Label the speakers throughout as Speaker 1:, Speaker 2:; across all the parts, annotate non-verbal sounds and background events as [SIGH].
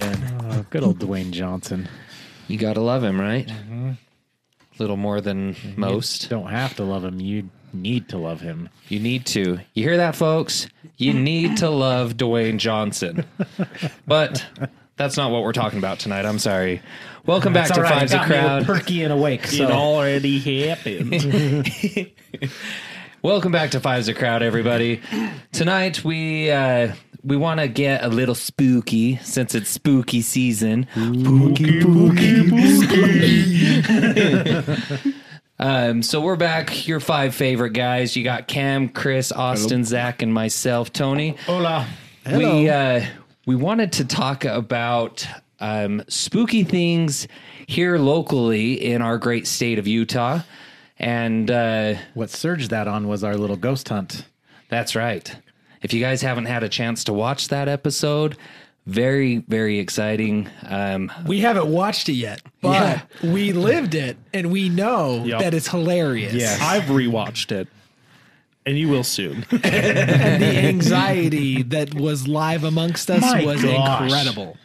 Speaker 1: Oh, Good old Dwayne Johnson.
Speaker 2: You gotta love him, right? Little more than most.
Speaker 1: Don't have to love him. You need to love him.
Speaker 2: You need to. You hear that, folks? You need to love Dwayne Johnson. But that's not what we're talking about tonight. I'm sorry. Welcome back to Five's a Crowd.
Speaker 1: perky and [LAUGHS] awake. So.
Speaker 3: already
Speaker 1: [LAUGHS]
Speaker 3: happened.
Speaker 2: Welcome back to Five's a Crowd, everybody. Tonight we uh, we want to get a little spooky since it's spooky season. [LAUGHS] Um, so we're back. Your five favorite guys. You got Cam, Chris, Austin, Zach, and myself, Tony.
Speaker 3: Hola.
Speaker 2: We uh, we wanted to talk about um, spooky things here locally in our great state of Utah, and uh,
Speaker 1: What surged that on was our little ghost hunt.
Speaker 2: that's right. If you guys haven't had a chance to watch that episode, very very exciting. Um,
Speaker 4: We haven't watched it yet, but we lived it and we know
Speaker 3: Yep.
Speaker 4: that it's hilarious.
Speaker 1: Yes.
Speaker 3: I've rewatched it, and you will soon.
Speaker 4: And the anxiety that was live amongst us
Speaker 3: My
Speaker 4: was
Speaker 3: gosh.
Speaker 4: incredible.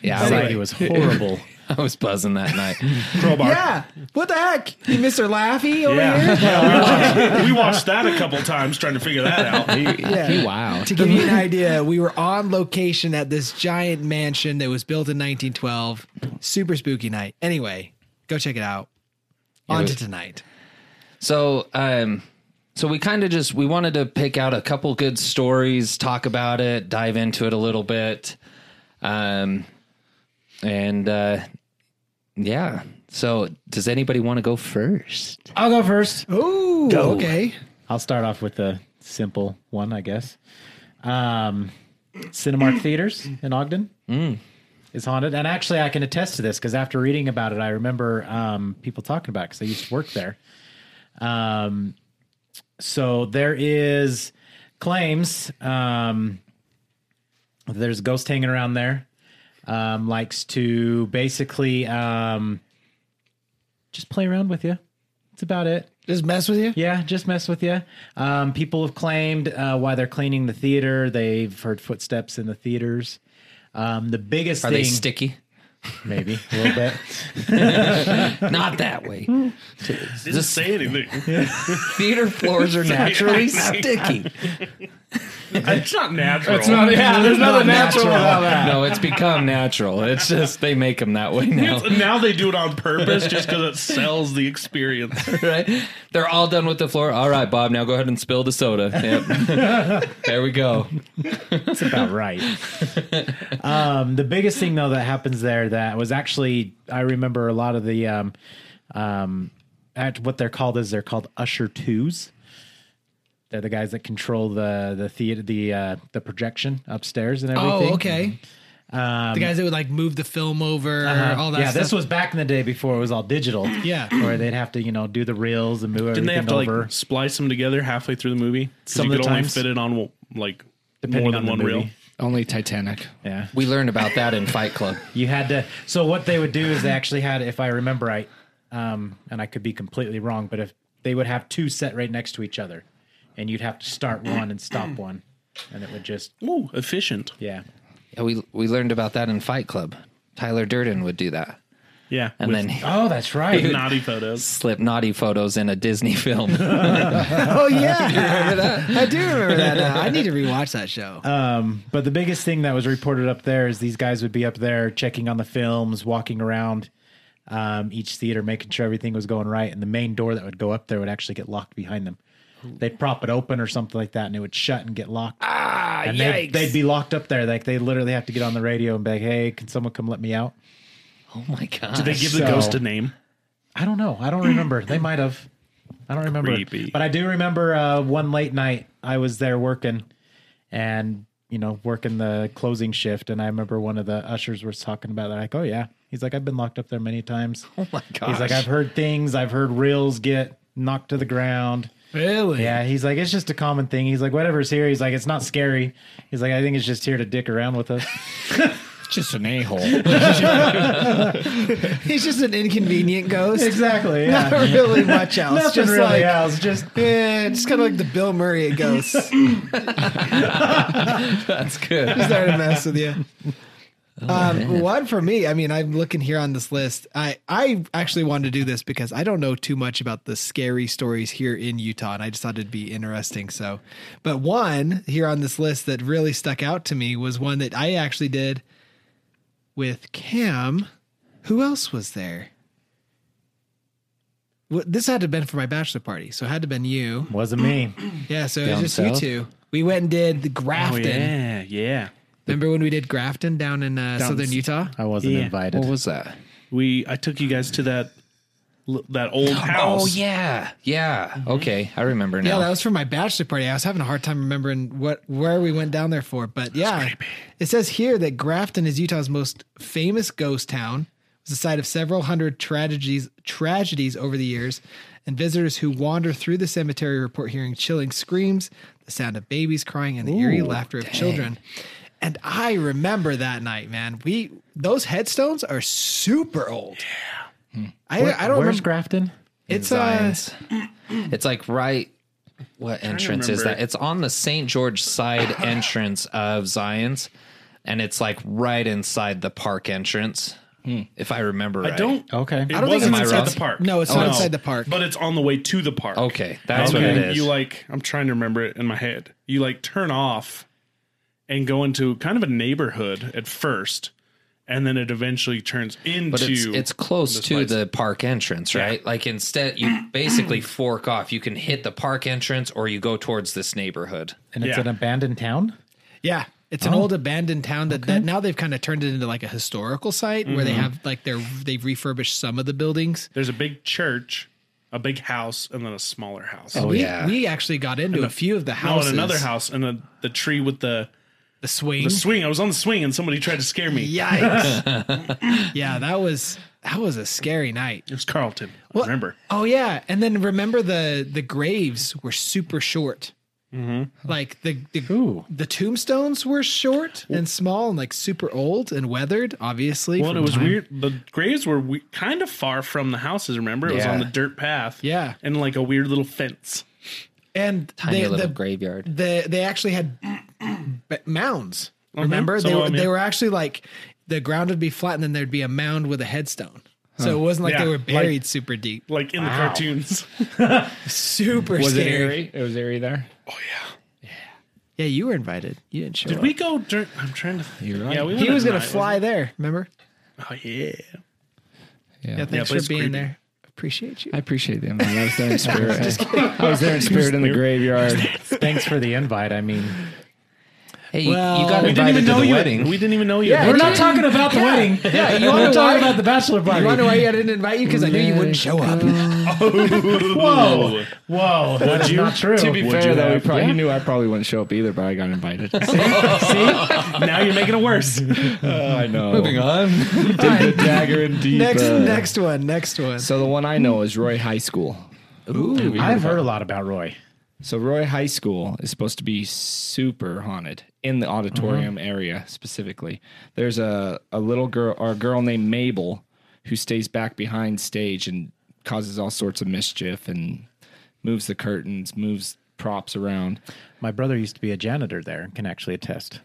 Speaker 2: yeah, I,
Speaker 1: Anxiety
Speaker 2: was-
Speaker 1: was horrible.
Speaker 2: I was [LAUGHS] buzzing that night.
Speaker 3: Crowbar.
Speaker 4: Yeah. What the heck? You Mr. Laffy over
Speaker 3: Yeah.
Speaker 4: here?
Speaker 3: Yeah, [LAUGHS] we, watched, we watched that a couple times trying to figure that out.
Speaker 4: Yeah.
Speaker 2: wow.
Speaker 4: To give you an idea, we were on location at this giant mansion that was built in 1912. Super spooky night. Anyway, go check it out. On
Speaker 2: was-
Speaker 4: to tonight.
Speaker 2: So, um, so we kind of just we wanted to pick out a couple good stories, talk about it, dive into it a little bit, um, and uh, yeah. So, does anybody want to go first?
Speaker 1: [LAUGHS] I'll go first.
Speaker 4: Ooh, okay.
Speaker 1: I'll start off with a simple one, I guess. Um, Cinemark Theaters in Ogden is haunted, and actually, I can attest to this because after reading about it, I remember um, people talking about because I used to work there. Um, so there is claims um, there's a ghost hanging around there. Um, likes to basically um, just play around with you. That's about it.
Speaker 4: Just mess with you?
Speaker 1: Yeah, just mess with you. Um, people have claimed uh, why they're cleaning the theater. They've heard footsteps in the theaters. Um, the biggest
Speaker 2: Are
Speaker 1: thing,
Speaker 2: they sticky?
Speaker 1: maybe a little [LAUGHS] bit.
Speaker 2: Not that way.
Speaker 3: Didn't say anything.
Speaker 2: Theater floors [LAUGHS] are naturally sticky.
Speaker 3: It's not natural.
Speaker 2: yeah, there's
Speaker 4: nothing natural about
Speaker 2: that. No, it's become natural. It's just they make them that way now.
Speaker 3: Now they do it on purpose just because it sells the experience.
Speaker 2: [LAUGHS] right? They're all done with the floor. All right, Bob, now go ahead and spill the soda. Yep. there we go.
Speaker 1: That's about right. [LAUGHS] Um, the biggest thing though that happens there that was actually I remember a lot of the um, um, at what they're called is they're called usher twos. They're the guys that control the the theater the uh, the projection upstairs and everything.
Speaker 4: Oh, okay. the guys that would like move the film over, all that
Speaker 1: Uh-huh. yeah,
Speaker 4: stuff.
Speaker 1: this was back in the day before it was all
Speaker 3: [CLEARS THROAT]
Speaker 1: digital.
Speaker 4: Yeah.
Speaker 1: where they'd have to you know do the reels and move everything
Speaker 3: Didn't they have to
Speaker 1: over.
Speaker 3: like splice them together halfway through the movie? 'Cause
Speaker 1: Some
Speaker 3: you
Speaker 1: of
Speaker 3: could
Speaker 1: the
Speaker 3: only
Speaker 1: times.
Speaker 3: fit it on well, like
Speaker 1: Depending
Speaker 3: more
Speaker 1: on
Speaker 3: than
Speaker 1: the
Speaker 3: one
Speaker 1: movie.
Speaker 3: reel.
Speaker 5: Only Titanic.
Speaker 1: yeah,
Speaker 2: We learned about that in Fight Club.
Speaker 1: you had to. So what they would do is they actually had, if I remember right, um, and I could be completely wrong, but if they would have two set right next to each other, and you'd have to start one and stop one, and it would just
Speaker 3: Ooh, efficient.
Speaker 1: yeah.
Speaker 2: Yeah, we we learned about that in Fight Club. Tyler Durden would do that,
Speaker 3: Yeah.
Speaker 2: and
Speaker 3: with
Speaker 2: then
Speaker 3: [LAUGHS]
Speaker 2: he
Speaker 1: Oh, that's right.
Speaker 3: naughty photos.
Speaker 2: slip naughty photos in a Disney film.
Speaker 4: [LAUGHS] Oh
Speaker 1: [LAUGHS]
Speaker 4: yeah, I do remember that. Now. I need to rewatch that show.
Speaker 1: Uh, But the biggest thing that was reported up there is these guys would be up there checking on the films, walking around um, each theater, making sure everything was going right. And the main door that would go up there would actually get locked behind them. They'd prop it open or something like that, and it would shut and get locked. Ah, and they'd, they'd be locked up there. Like they literally have to get on the radio and be like, "Hey, can someone come let me out?"
Speaker 2: oh my god!
Speaker 3: Did [LAUGHS] they give the
Speaker 1: So-
Speaker 3: ghost a name?
Speaker 1: I don't know. [CLEARS THROAT] I don't remember. they might have. I don't remember.
Speaker 3: Creepy.
Speaker 1: But I do remember uh, one late night I was there working and, you know, working the closing shift. And I remember one of the ushers was talking about that. Like, oh, yeah. He's like, I've been locked up there many [LAUGHS] times.
Speaker 2: oh my god!
Speaker 1: He's like, I've heard things. I've heard reels get knocked to the ground.
Speaker 4: really?
Speaker 1: Yeah. He's like, it's just a common thing. He's like, whatever's here. He's like, it's not scary. He's like, I think it's just here to dick around with us.
Speaker 5: It's just an a hole.
Speaker 4: He's just an inconvenient
Speaker 1: [LAUGHS] [LAUGHS]
Speaker 4: ghost.
Speaker 1: exactly.
Speaker 4: [LAUGHS] Not
Speaker 1: Yeah.
Speaker 4: really much else.
Speaker 1: Nothing
Speaker 4: just
Speaker 1: really
Speaker 4: like,
Speaker 1: else. Just
Speaker 4: yeah, just kind of like the Bill Murray of ghosts.
Speaker 2: that's good.
Speaker 4: [LAUGHS]
Speaker 2: [LAUGHS]
Speaker 4: Sorry to mess with you.
Speaker 2: Oh,
Speaker 4: Um, one for me. I mean, I'm looking here on this list. I I actually wanted to do this because I don't know too much about the scary stories here in Utah, and I just thought it'd be interesting. So, but one here on this list that really stuck out to me was one that I actually did with Cam. Who else was there? Well, this had to have been for my bachelor party, so it had to have been you.
Speaker 1: [LAUGHS] Wasn't me.
Speaker 4: Yeah, so it
Speaker 2: Down
Speaker 4: was just
Speaker 2: south? Oh,
Speaker 4: you two. We went and did the Grafton.
Speaker 3: Oh, yeah, yeah.
Speaker 4: Remember when we did Grafton down in uh, southern Utah?
Speaker 1: I wasn't
Speaker 3: Yeah.
Speaker 1: invited.
Speaker 2: What was that?
Speaker 3: We I took you guys to that l- that old house.
Speaker 2: Oh yeah, yeah. Okay, I remember
Speaker 4: Yeah,
Speaker 2: now.
Speaker 4: that was for my bachelor party. I was having a hard time remembering what where we went down there for, but yeah, it says here that Grafton is Utah's most famous ghost town. It was the site of several hundred tragedies tragedies over the years, and visitors who wander through the cemetery report hearing chilling screams, the sound of babies crying, and the eerie laughter of children. And I remember that night, man. We those headstones are super old. Yeah, I, I don't
Speaker 1: Where's
Speaker 4: remember.
Speaker 1: Grafton?
Speaker 4: it's uh,
Speaker 2: Zions. it's like right. What entrance is
Speaker 3: remember.
Speaker 2: that? It's on the St. George side entrance of Zion's, and it's like right inside the park entrance, if I remember right.
Speaker 3: I don't.
Speaker 1: Okay.
Speaker 3: It
Speaker 1: I
Speaker 4: don't think
Speaker 3: wasn't
Speaker 4: it's
Speaker 3: inside
Speaker 4: inside-
Speaker 3: the park.
Speaker 4: no, it's not inside the park.
Speaker 3: But it's on the way to the park.
Speaker 2: Oh. Okay, that's what
Speaker 3: And
Speaker 2: it
Speaker 3: then
Speaker 2: is.
Speaker 3: You like I'm trying to remember it in my head. You like turn off and go into kind of a neighborhood at first, and then it eventually turns into
Speaker 2: but it's, it's close to
Speaker 3: place.
Speaker 2: the park entrance, right? Like instead, you basically fork off. You can hit the park entrance, or you go towards this neighborhood.
Speaker 1: And it's
Speaker 3: Yeah.
Speaker 1: an abandoned town?
Speaker 4: Yeah. It's
Speaker 3: Oh,
Speaker 4: an old abandoned town that, that now they've kind of turned it into like a historical site where
Speaker 3: Mm-hmm.
Speaker 4: they have like their they've refurbished some of the buildings.
Speaker 3: there's a big church, a big house, and then a smaller house. Oh,
Speaker 4: we,
Speaker 2: yeah.
Speaker 4: we actually got into a few of the
Speaker 3: no,
Speaker 4: houses.
Speaker 3: and another house, and the, the tree with the
Speaker 4: The swing.
Speaker 3: the swing. I was on the swing, and somebody tried to scare me.
Speaker 4: Yikes.
Speaker 3: [LAUGHS]
Speaker 4: yeah, that was that was a scary night.
Speaker 3: It was Carlton. I remember?
Speaker 4: Oh yeah. And then remember the the graves were super short.
Speaker 3: Mm-hmm.
Speaker 4: Like the the,
Speaker 1: Ooh.
Speaker 4: the tombstones were short and small and like super old and weathered, obviously.
Speaker 3: Well,
Speaker 4: from
Speaker 3: and it was
Speaker 4: time.
Speaker 3: weird. The graves were we- kind of far from the houses. Remember, it was
Speaker 2: Yeah.
Speaker 3: on the dirt path.
Speaker 4: Yeah.
Speaker 3: and like a weird little fence.
Speaker 4: And
Speaker 2: Tiny
Speaker 4: they-
Speaker 2: little
Speaker 4: the,
Speaker 2: graveyard.
Speaker 4: the they actually had b- mounds. Remember,
Speaker 3: Some
Speaker 4: they
Speaker 3: of
Speaker 4: were,
Speaker 3: them,
Speaker 4: they
Speaker 3: yeah.
Speaker 4: were actually like the ground would be flat, and then there'd be a mound with a headstone. So it wasn't like
Speaker 3: Yeah,
Speaker 4: they were
Speaker 3: like-
Speaker 4: buried super deep. [LAUGHS]
Speaker 3: Like in the cartoons.
Speaker 4: Super
Speaker 5: Was it
Speaker 4: scary.
Speaker 5: eerie? It was eerie there.
Speaker 4: yeah, you were invited. You didn't show
Speaker 3: Did
Speaker 4: up.
Speaker 3: we go? Dur- I'm trying to. Think.
Speaker 5: You're right.
Speaker 3: Yeah, we
Speaker 4: he
Speaker 3: went
Speaker 4: was
Speaker 3: at
Speaker 4: gonna
Speaker 3: night,
Speaker 4: fly there. Remember?
Speaker 3: wasn't he? Oh yeah.
Speaker 4: Yeah, thanks
Speaker 3: place
Speaker 4: for being
Speaker 3: creepy.
Speaker 4: there. Appreciate you.
Speaker 5: I appreciate the invite. I
Speaker 1: [LAUGHS]
Speaker 5: was there in spirit. I was there in spirit in the graveyard.
Speaker 1: Thanks for the invite. I mean,
Speaker 2: Hey, you-
Speaker 4: Well,
Speaker 2: you got
Speaker 4: we
Speaker 3: We didn't
Speaker 2: invited
Speaker 3: even
Speaker 2: to
Speaker 3: know
Speaker 2: the
Speaker 3: you.
Speaker 2: wedding.
Speaker 3: We didn't even know you.
Speaker 4: Yeah,
Speaker 3: We're
Speaker 4: we're
Speaker 3: not
Speaker 4: not
Speaker 1: talking about the wedding.
Speaker 4: yeah, you
Speaker 1: We're
Speaker 4: want to
Speaker 1: talking
Speaker 4: why?
Speaker 1: about the bachelor
Speaker 4: You
Speaker 1: party.
Speaker 4: want to why I didn't invite you because I knew you wouldn't show up.
Speaker 1: Whoa, whoa, that's not true.
Speaker 5: To be
Speaker 3: Would
Speaker 5: fair,
Speaker 3: you
Speaker 5: though, we
Speaker 3: have-
Speaker 5: probably,
Speaker 1: Yeah.
Speaker 5: you knew I probably wouldn't show up either, but I got invited.
Speaker 3: now you're making it worse.
Speaker 5: I know. Moving
Speaker 2: on.
Speaker 5: The dagger in deep.
Speaker 4: next,
Speaker 5: uh,
Speaker 4: next one. Next one.
Speaker 5: So the one I know is Roy High School. Ooh,
Speaker 1: I've heard a lot about Roy.
Speaker 5: So Roy High School is supposed to be super haunted in the auditorium area specifically. There's a, a little girl or a girl named Mabel who stays back behind stage and causes all sorts of mischief and moves the curtains, moves props around.
Speaker 1: My brother used to be a janitor there and can actually attest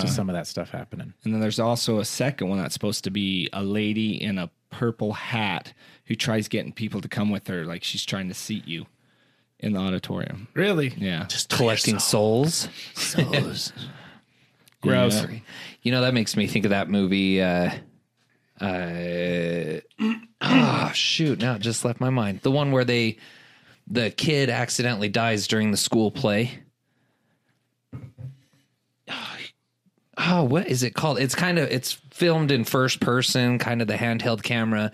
Speaker 1: to some of that stuff happening.
Speaker 5: And then there's also a second one that's supposed to be a lady in a purple hat who tries getting people to come with her like she's trying to seat you in the auditorium.
Speaker 4: really,
Speaker 5: Yeah.
Speaker 2: Just collecting souls. Souls.
Speaker 5: Gross.
Speaker 2: You know, that makes me think of that movie. Uh, uh, [CLEARS THROAT] oh, shoot. Now it just left my mind. The one where they, the kid accidentally dies during the school play. Oh, what is it called? It's kind of, it's filmed in first person, kind of the handheld camera.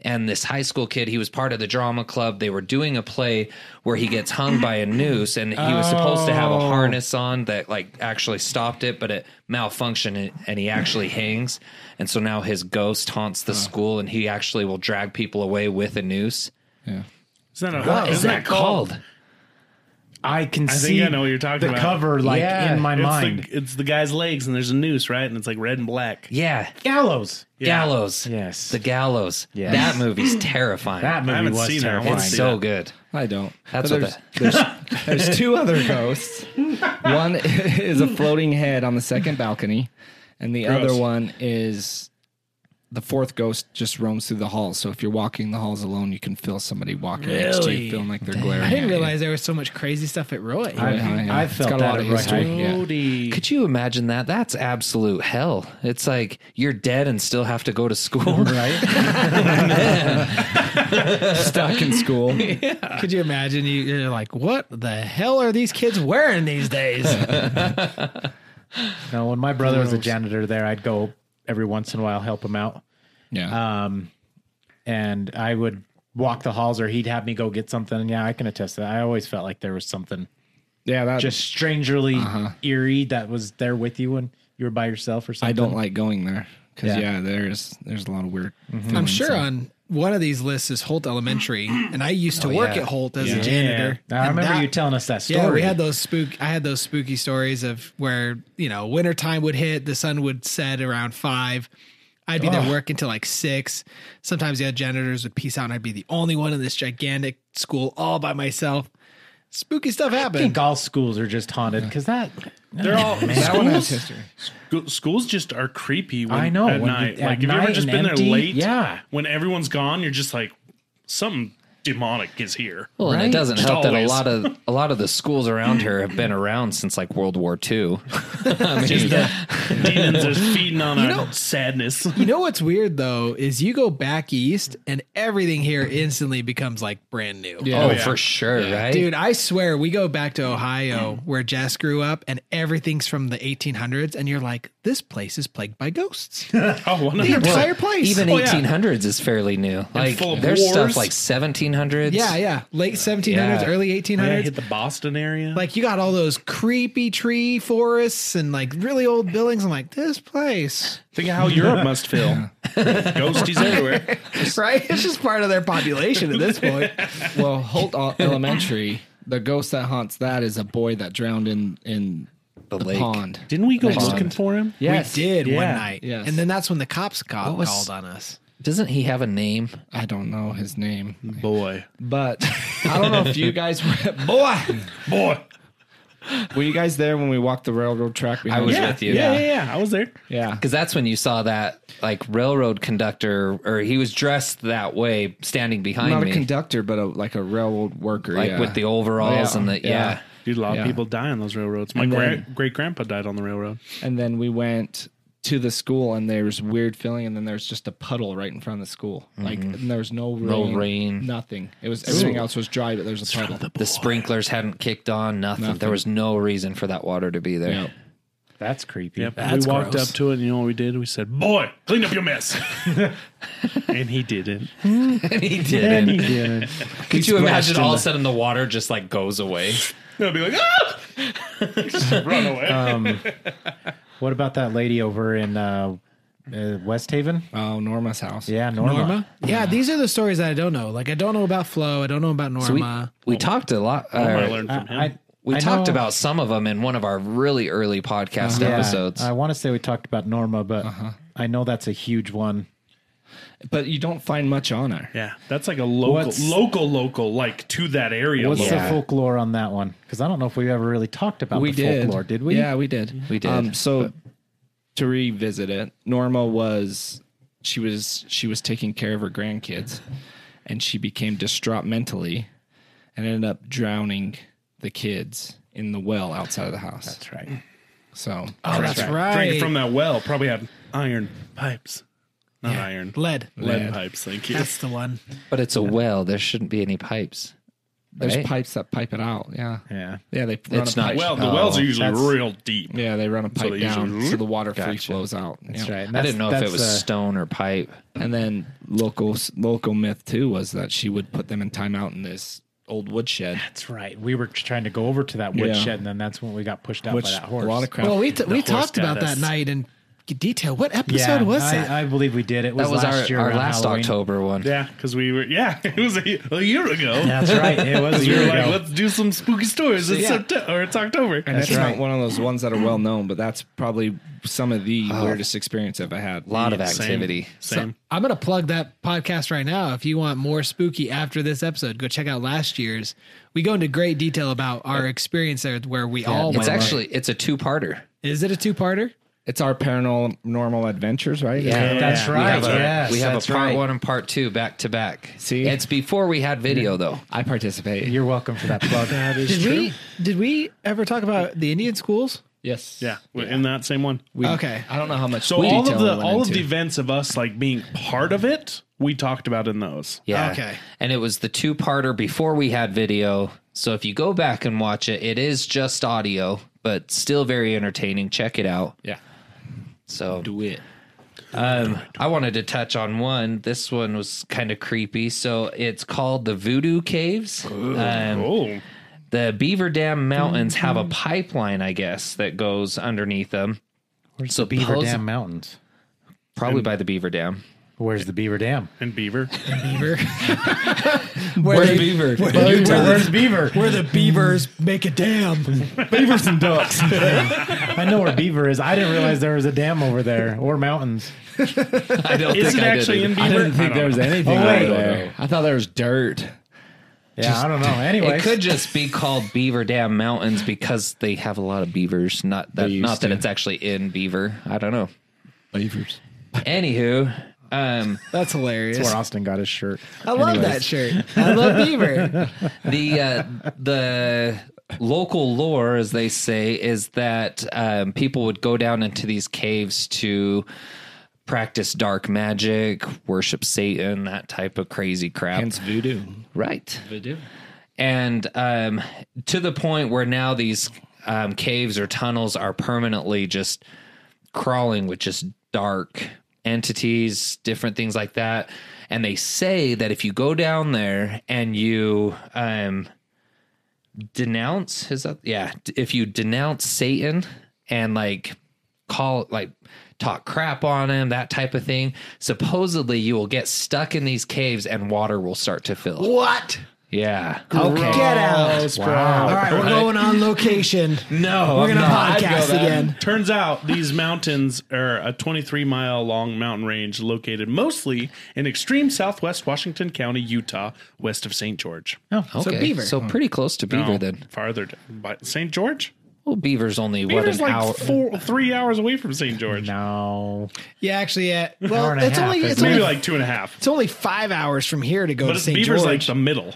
Speaker 2: And this high school kid, he was part of the drama club. They were doing a play where he gets hung by a noose, and he was supposed to have
Speaker 1: Oh.
Speaker 2: a harness on that like actually stopped it, but it malfunctioned, and- and he actually hangs. And so now his ghost haunts the school, and he actually will drag people away with a noose.
Speaker 3: Is that a,
Speaker 1: Oh,
Speaker 2: What is
Speaker 3: isn't
Speaker 2: that called?
Speaker 1: I can
Speaker 3: think
Speaker 1: see
Speaker 3: I know what you're talking
Speaker 1: the
Speaker 3: about.
Speaker 1: cover like
Speaker 2: Yeah.
Speaker 1: in my
Speaker 3: It's
Speaker 1: mind.
Speaker 3: the, it's the guy's legs, and there's a noose, right? And it's like red and black.
Speaker 2: Yeah,
Speaker 1: Gallows.
Speaker 2: gallows.
Speaker 1: Yes.
Speaker 2: the gallows.
Speaker 1: Yes.
Speaker 2: That movie's terrifying.
Speaker 1: That movie
Speaker 3: haven't
Speaker 1: was
Speaker 3: seen that one.
Speaker 1: terrifying.
Speaker 2: it's
Speaker 3: see
Speaker 2: so
Speaker 3: that.
Speaker 2: good.
Speaker 5: I don't.
Speaker 2: That's
Speaker 5: But
Speaker 2: what
Speaker 5: there's, there's, there's two other ghosts. One is a floating head on the second balcony, and the
Speaker 3: Gross.
Speaker 5: other one is the fourth ghost just roams through the halls. So if you're walking the halls alone, you can feel somebody walking next to
Speaker 1: Really?
Speaker 5: you, feeling like they're glaring.
Speaker 4: I didn't
Speaker 5: at you. [LAUGHS]
Speaker 4: realize there was so much crazy stuff at Roy.
Speaker 1: I've,
Speaker 5: yeah, yeah.
Speaker 1: I've
Speaker 5: It's
Speaker 1: felt
Speaker 5: got a
Speaker 1: that
Speaker 5: lot
Speaker 1: at
Speaker 5: of
Speaker 1: Roy
Speaker 5: history.
Speaker 1: High.
Speaker 5: Yeah.
Speaker 3: Cody.
Speaker 2: Could you imagine that? That's absolute hell. It's like you're dead and still have to go to
Speaker 5: [LAUGHS]
Speaker 2: school.
Speaker 1: Right?
Speaker 5: stuck in school.
Speaker 4: Could you imagine? You, you're like, what the hell are these kids wearing these
Speaker 3: [LAUGHS]
Speaker 4: days?
Speaker 1: no, when my brother was a janitor there, I'd go every once in a while help him out.
Speaker 5: Yeah,
Speaker 1: Um, and I would walk the halls or he'd have me go get something. And yeah, I can attest to that. I always felt like there was something
Speaker 5: yeah. That
Speaker 1: just strangerly
Speaker 4: Uh-huh.
Speaker 1: eerie that was there with you when you were by yourself or something.
Speaker 5: I don't like going there because
Speaker 1: Yeah.
Speaker 5: yeah. Mm-hmm. there's there's a lot of weird.
Speaker 4: I'm
Speaker 5: feelings.
Speaker 4: sure on one of these lists is Holt Elementary, and I used to work
Speaker 2: yeah.
Speaker 4: at Holt as
Speaker 1: Yeah.
Speaker 4: a janitor.
Speaker 1: I
Speaker 4: and
Speaker 1: remember
Speaker 4: that-
Speaker 1: you telling us that story.
Speaker 4: Yeah, we had those spook. I had those spooky stories of where you know wintertime would hit, the sun would set around five. I'd be there working till like six. Sometimes the other janitors would peace out, and I'd be the only one in this gigantic school all by myself. Spooky stuff
Speaker 1: I think
Speaker 4: happened.
Speaker 1: all schools are just haunted because that
Speaker 3: They're all
Speaker 5: That one has
Speaker 3: schools.
Speaker 5: history.
Speaker 3: sco- Schools just are creepy. When,
Speaker 1: I know,
Speaker 3: at
Speaker 1: when you-
Speaker 3: night.
Speaker 1: at
Speaker 3: like if you
Speaker 1: night
Speaker 3: ever just
Speaker 1: and
Speaker 3: been
Speaker 1: empty,
Speaker 3: there late,
Speaker 1: yeah.
Speaker 3: When everyone's gone, you're just like something demonic is here. [LAUGHS]
Speaker 2: Well, and it doesn't
Speaker 3: Just
Speaker 2: help that a
Speaker 3: always.
Speaker 2: lot of a lot of the schools around here have been around since like World War II.
Speaker 5: Oh,
Speaker 2: I mean,
Speaker 3: Demons are feeding on our sadness.
Speaker 4: you know what's weird though is you go back east, and everything here instantly becomes like brand new.
Speaker 5: Yeah.
Speaker 2: oh,
Speaker 5: Oh,
Speaker 2: for sure, right?
Speaker 4: Dude, I swear we go back to Ohio where Jess grew up and everything's from the 1800s and you're like this place is plagued by [LAUGHS] ghosts. The
Speaker 3: [LAUGHS] Oh, one hundred percent.
Speaker 4: entire place.
Speaker 2: Even
Speaker 5: Oh,
Speaker 3: yeah.
Speaker 2: 1800s is fairly new. Like
Speaker 3: full of
Speaker 2: there's stuff
Speaker 3: wars.
Speaker 2: like 1700s.
Speaker 4: yeah, yeah, late 1700s,
Speaker 2: Yeah.
Speaker 4: early
Speaker 3: Yeah,
Speaker 4: 1800s.
Speaker 3: hit the Boston area.
Speaker 4: like you got all those creepy tree forests and like really old buildings. I'm like this [LAUGHS] place,
Speaker 3: Think of how Europe must [LAUGHS] feel. Ghosties everywhere.
Speaker 4: right? It's just part of their population at this [LAUGHS] point.
Speaker 5: [LAUGHS] Well, Holt Al- Elementary, the ghost that haunts that is a boy that drowned in in
Speaker 2: The
Speaker 5: the,
Speaker 2: lake.
Speaker 5: pond.
Speaker 3: Didn't we go
Speaker 5: Next
Speaker 3: looking
Speaker 5: month.
Speaker 3: for him?
Speaker 5: Yes.
Speaker 4: we did one
Speaker 3: Yeah.
Speaker 4: night,
Speaker 5: Yes.
Speaker 4: and then that's when the cops co-
Speaker 2: was-
Speaker 4: called on us.
Speaker 2: Doesn't he have a name?
Speaker 5: I don't know his name,
Speaker 3: Boy.
Speaker 5: but [LAUGHS] I don't know if you guys were. Boy,
Speaker 3: Boy.
Speaker 5: were you guys there when we walked the railroad track? Behind
Speaker 2: was
Speaker 5: you?
Speaker 3: Yeah.
Speaker 2: with you.
Speaker 3: Yeah, yeah, yeah. I was there.
Speaker 5: Yeah.
Speaker 2: Because that's when you saw that like railroad conductor, or he was dressed that way, standing behind
Speaker 5: Not
Speaker 2: me,
Speaker 5: a conductor, but a, like a railroad worker.
Speaker 2: like
Speaker 5: yeah. Oh,
Speaker 2: with the overalls
Speaker 5: Yeah.
Speaker 2: and the yeah.
Speaker 5: Yeah.
Speaker 3: Dude, a lot
Speaker 5: Yeah.
Speaker 3: of people die on those railroads. My
Speaker 5: And
Speaker 3: gra-
Speaker 5: then-
Speaker 3: great grandpa died on the railroad.
Speaker 5: and then we went to the school and there was weird feeling and then there was just a puddle right in front of the school like and there was no rain,
Speaker 2: No rain.
Speaker 5: nothing it was everything else was dry but there was a puddle
Speaker 2: The sprinklers hadn't kicked on, nothing. There was no reason for that water to be there.
Speaker 5: Yep.
Speaker 1: That's creepy.
Speaker 3: Yep.
Speaker 4: That's
Speaker 3: we walked
Speaker 4: gross.
Speaker 3: up to it, and you know what we did? We said, "Boy, clean up your mess," [LAUGHS] and he didn't.
Speaker 2: And [LAUGHS] he didn't.
Speaker 1: He didn't.
Speaker 2: Could you imagine all of a sudden the water just like goes away?
Speaker 3: I'd be like, "Ah!" [LAUGHS] Just run away.
Speaker 1: What about that lady over in uh, uh, West Haven?
Speaker 5: oh norma's house
Speaker 1: Yeah, Norma.
Speaker 4: Norma. Yeah, these are the stories that I don't know. Like I don't know about Flo. I don't know about Norma.
Speaker 2: We, we talked a lot.
Speaker 3: I
Speaker 2: uh,
Speaker 3: learned
Speaker 1: I,
Speaker 3: from him.
Speaker 1: I-
Speaker 2: we
Speaker 1: I
Speaker 2: talked
Speaker 1: know- Uh-huh.
Speaker 2: about some of them in one of our really early podcast
Speaker 1: Yeah,
Speaker 2: episodes. Uh-huh.
Speaker 1: I want to say we talked about Norma, but I know that's a huge one.
Speaker 5: but you don't find much on her
Speaker 3: yeah, that's like a local,
Speaker 1: What's-
Speaker 3: local, local, like to that area.
Speaker 1: What's
Speaker 3: local.
Speaker 1: the folklore on that one? Because I don't know if we ever really talked about
Speaker 5: we
Speaker 1: the
Speaker 5: did
Speaker 1: folklore, did we?
Speaker 5: yeah we did Um,
Speaker 2: We did.
Speaker 5: so to revisit it norma was she was she was taking care of her grandkids and she became distraught mentally and ended up drowning the kids in the well outside of the house
Speaker 1: That's right.
Speaker 5: so
Speaker 4: oh, that's, right.
Speaker 3: Drinking from that well probably had iron pipes, not iron,
Speaker 4: lead.
Speaker 3: lead
Speaker 5: Lead.
Speaker 3: pipes. Thank you.
Speaker 4: That's the one.
Speaker 2: but it's a well. There shouldn't be any pipes.
Speaker 5: There's
Speaker 2: Right?
Speaker 5: pipes that pipe it out. Yeah.
Speaker 1: Yeah.
Speaker 5: Yeah, they run
Speaker 2: It's
Speaker 5: a
Speaker 2: not-
Speaker 5: pipe.
Speaker 3: well, the
Speaker 2: Oh,
Speaker 3: wells are usually
Speaker 1: that's-
Speaker 3: real deep.
Speaker 5: yeah, they run a pipe
Speaker 3: they
Speaker 5: down
Speaker 3: usually-
Speaker 5: so the water free
Speaker 2: Gotcha.
Speaker 5: flows out. That's
Speaker 1: right. And
Speaker 2: I didn't know if
Speaker 1: that's-
Speaker 2: it was
Speaker 1: that's, uh,
Speaker 2: stone or pipe.
Speaker 5: And then local local myth too was that she would put them in timeout in this old woodshed,
Speaker 1: That's right. We were trying to go over to that
Speaker 5: Yeah.
Speaker 1: woodshed, and then that's when we got pushed out
Speaker 5: which
Speaker 1: by that horse.
Speaker 5: a lot of crap.
Speaker 4: Well, we t- we
Speaker 3: horse
Speaker 4: talked about
Speaker 3: goddess.
Speaker 4: that night in detail. What
Speaker 1: yeah,
Speaker 4: episode was
Speaker 1: I,
Speaker 4: that?
Speaker 1: I believe we did. It was,
Speaker 2: That was
Speaker 1: last
Speaker 2: our,
Speaker 1: year,
Speaker 2: our
Speaker 1: around
Speaker 2: last
Speaker 1: Halloween.
Speaker 2: October one.
Speaker 3: Yeah, because we were. Yeah, [LAUGHS] it was a, a year ago.
Speaker 1: That's right.
Speaker 2: [LAUGHS]
Speaker 1: It was a
Speaker 3: We
Speaker 1: year
Speaker 3: were like,
Speaker 1: ago.
Speaker 3: let's do some spooky stories. It's
Speaker 4: Yeah.
Speaker 3: September or it's October.
Speaker 5: and that's
Speaker 1: right.
Speaker 5: not one of those ones that are well known, but that's probably some of the weirdest experience I've had.
Speaker 2: A lot of
Speaker 3: Same,
Speaker 2: activity.
Speaker 3: Same.
Speaker 4: I'm gonna plug that podcast right now. If you want more spooky after this episode, go check out last year's. We go into great detail about our experience there, where we all
Speaker 2: it's
Speaker 4: went.
Speaker 2: actually it's a two parter.
Speaker 4: Is it a two parter?
Speaker 5: It's our paranormal adventures, right?
Speaker 2: Yeah.
Speaker 1: That's
Speaker 2: We
Speaker 1: right.
Speaker 2: have a,
Speaker 1: yes,
Speaker 2: we have a
Speaker 1: that's
Speaker 2: part
Speaker 1: right.
Speaker 2: one and part two back to back.
Speaker 5: See?
Speaker 2: it's before we had video though.
Speaker 5: I participate.
Speaker 1: You're welcome for
Speaker 2: [LAUGHS]
Speaker 1: that plug.
Speaker 4: Did we did we ever talk about the Indian schools?
Speaker 5: yes.
Speaker 3: Yeah, we're in that same one.
Speaker 4: okay.
Speaker 5: I don't know how much.
Speaker 3: So all
Speaker 5: detail
Speaker 3: of
Speaker 5: we
Speaker 3: the
Speaker 5: went
Speaker 3: all of
Speaker 5: into.
Speaker 3: the events of us like being part of it, we talked about in those.
Speaker 2: Yeah.
Speaker 4: Okay.
Speaker 2: And it was the two parter before we had video. So if you go back and watch it, it is just audio, but still very entertaining. Check it out.
Speaker 5: yeah.
Speaker 2: So um,
Speaker 5: Do it.
Speaker 2: I wanted to touch on one. This one was kind of creepy. So it's called the Voodoo Caves. Um,
Speaker 3: Oh,
Speaker 2: the Beaver Dam Mountains have a pipeline, I guess, that goes underneath them,
Speaker 1: Where's
Speaker 2: So
Speaker 1: the Beaver
Speaker 2: pose-
Speaker 1: Dam Mountains?
Speaker 2: probably by the Beaver Dam. [LAUGHS]
Speaker 1: Where's the Beaver Dam?
Speaker 3: and Beaver.
Speaker 4: Beaver.
Speaker 2: Where
Speaker 4: they-
Speaker 2: Beaver?
Speaker 1: Where's Beaver?
Speaker 4: Where the beavers make a [LAUGHS] dam.
Speaker 1: beavers and ducks. I know where Beaver is. I didn't realize there was a dam over there or mountains.
Speaker 2: I don't
Speaker 3: Is
Speaker 2: think
Speaker 3: it
Speaker 2: I did
Speaker 3: actually in
Speaker 2: either.
Speaker 3: Beaver?
Speaker 5: I didn't think
Speaker 3: don't
Speaker 5: there was
Speaker 3: know.
Speaker 5: anything
Speaker 1: Oh,
Speaker 5: over
Speaker 1: wait.
Speaker 5: there. I thought there was dirt.
Speaker 1: Yeah, I don't know. Anyway,
Speaker 2: It could just be called Beaver Dam Mountains because they have a lot of beavers. Not that,
Speaker 5: They used
Speaker 2: not that
Speaker 5: to.
Speaker 2: it's actually in Beaver. I don't know.
Speaker 5: Beavers.
Speaker 2: Anywho, um,
Speaker 4: That's hilarious.
Speaker 1: where Austin got his shirt.
Speaker 4: I love that shirt. I love beaver.
Speaker 2: the uh, the local lore, as they say, is that um, people would go down into these caves to practice dark magic, worship Satan, that type of crazy crap.
Speaker 5: Hence voodoo.
Speaker 2: right.
Speaker 5: Voodoo.
Speaker 2: and um, to the point where now these um, caves or tunnels are permanently just crawling with just dark entities, different things like that. And they say that if you go down there and you um, denounce, is that yeah? If you denounce Satan and like call like talk crap on him, that type of thing, supposedly you will get stuck in these caves and water will start to fill.
Speaker 4: What?
Speaker 2: Yeah.
Speaker 4: Okay. Get
Speaker 1: Oh,
Speaker 4: out.
Speaker 3: Gross, bro.
Speaker 4: All right, we're going on location.
Speaker 2: No,
Speaker 4: We're gonna
Speaker 2: not.
Speaker 4: podcast again.
Speaker 3: Turns out these mountains are a 23 mile long mountain range located mostly in extreme southwest Washington County, Utah, west of St. George.
Speaker 2: Oh, Okay, so,
Speaker 4: Beaver.
Speaker 2: pretty close to Beaver
Speaker 3: No,
Speaker 2: then.
Speaker 3: Farther down. By St. George?
Speaker 2: Well, Beaver's only
Speaker 3: Beaver's
Speaker 2: what an
Speaker 3: like
Speaker 2: hour.
Speaker 3: four, three hours away from St. George.
Speaker 1: No,
Speaker 4: Yeah, actually, yeah.
Speaker 1: Hour
Speaker 4: Well,
Speaker 1: and a
Speaker 4: it's
Speaker 1: half,
Speaker 4: only
Speaker 1: isn't
Speaker 4: it's
Speaker 1: it?
Speaker 4: only,
Speaker 3: Maybe like two and a half.
Speaker 4: it's only five hours from here to go
Speaker 3: But
Speaker 4: to
Speaker 3: it's
Speaker 4: St.
Speaker 3: Beaver's
Speaker 4: George.
Speaker 3: like the middle.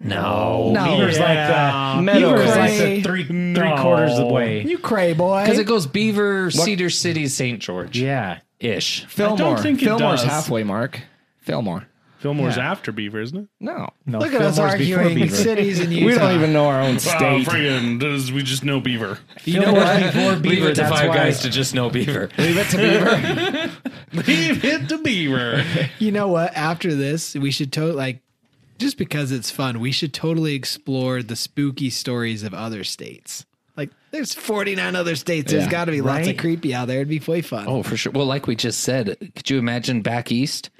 Speaker 2: No,
Speaker 1: Beaver's
Speaker 3: Yeah.
Speaker 1: like the Beaver's
Speaker 4: Meadows.
Speaker 1: like the three three quarters of the way.
Speaker 4: you cray boy.
Speaker 2: because it goes Beaver, Cedar City, St. George,
Speaker 1: Yeah,
Speaker 2: ish.
Speaker 5: Fillmore.
Speaker 3: think it
Speaker 5: Fillmore's
Speaker 3: does.
Speaker 5: halfway mark. Fillmore.
Speaker 3: Fillmore's after Beaver, isn't it?
Speaker 5: No.
Speaker 1: no.
Speaker 4: Look at us
Speaker 1: Fillmore's before
Speaker 4: arguing
Speaker 1: Beaver.
Speaker 4: cities in Utah.
Speaker 5: We don't even know our [LAUGHS] own
Speaker 3: Wow,
Speaker 5: state.
Speaker 3: friggin', does- we just know Beaver.
Speaker 1: You know what? Before
Speaker 2: Leave
Speaker 1: Beaver,
Speaker 2: it to
Speaker 1: that's
Speaker 2: five
Speaker 1: why.
Speaker 2: guys to just know Beaver.
Speaker 5: Leave it to Beaver.
Speaker 3: Leave it to Beaver.
Speaker 4: You know what? After this, we should totally like just because it's fun, we should totally explore the spooky stories of other states. Like there's 49 other states. There's
Speaker 5: Yeah,
Speaker 4: got to be lots of
Speaker 1: right?
Speaker 4: creepy out there. It'd be way fun.
Speaker 2: [LAUGHS] Oh, for sure. Well, like we just said, could you imagine back east?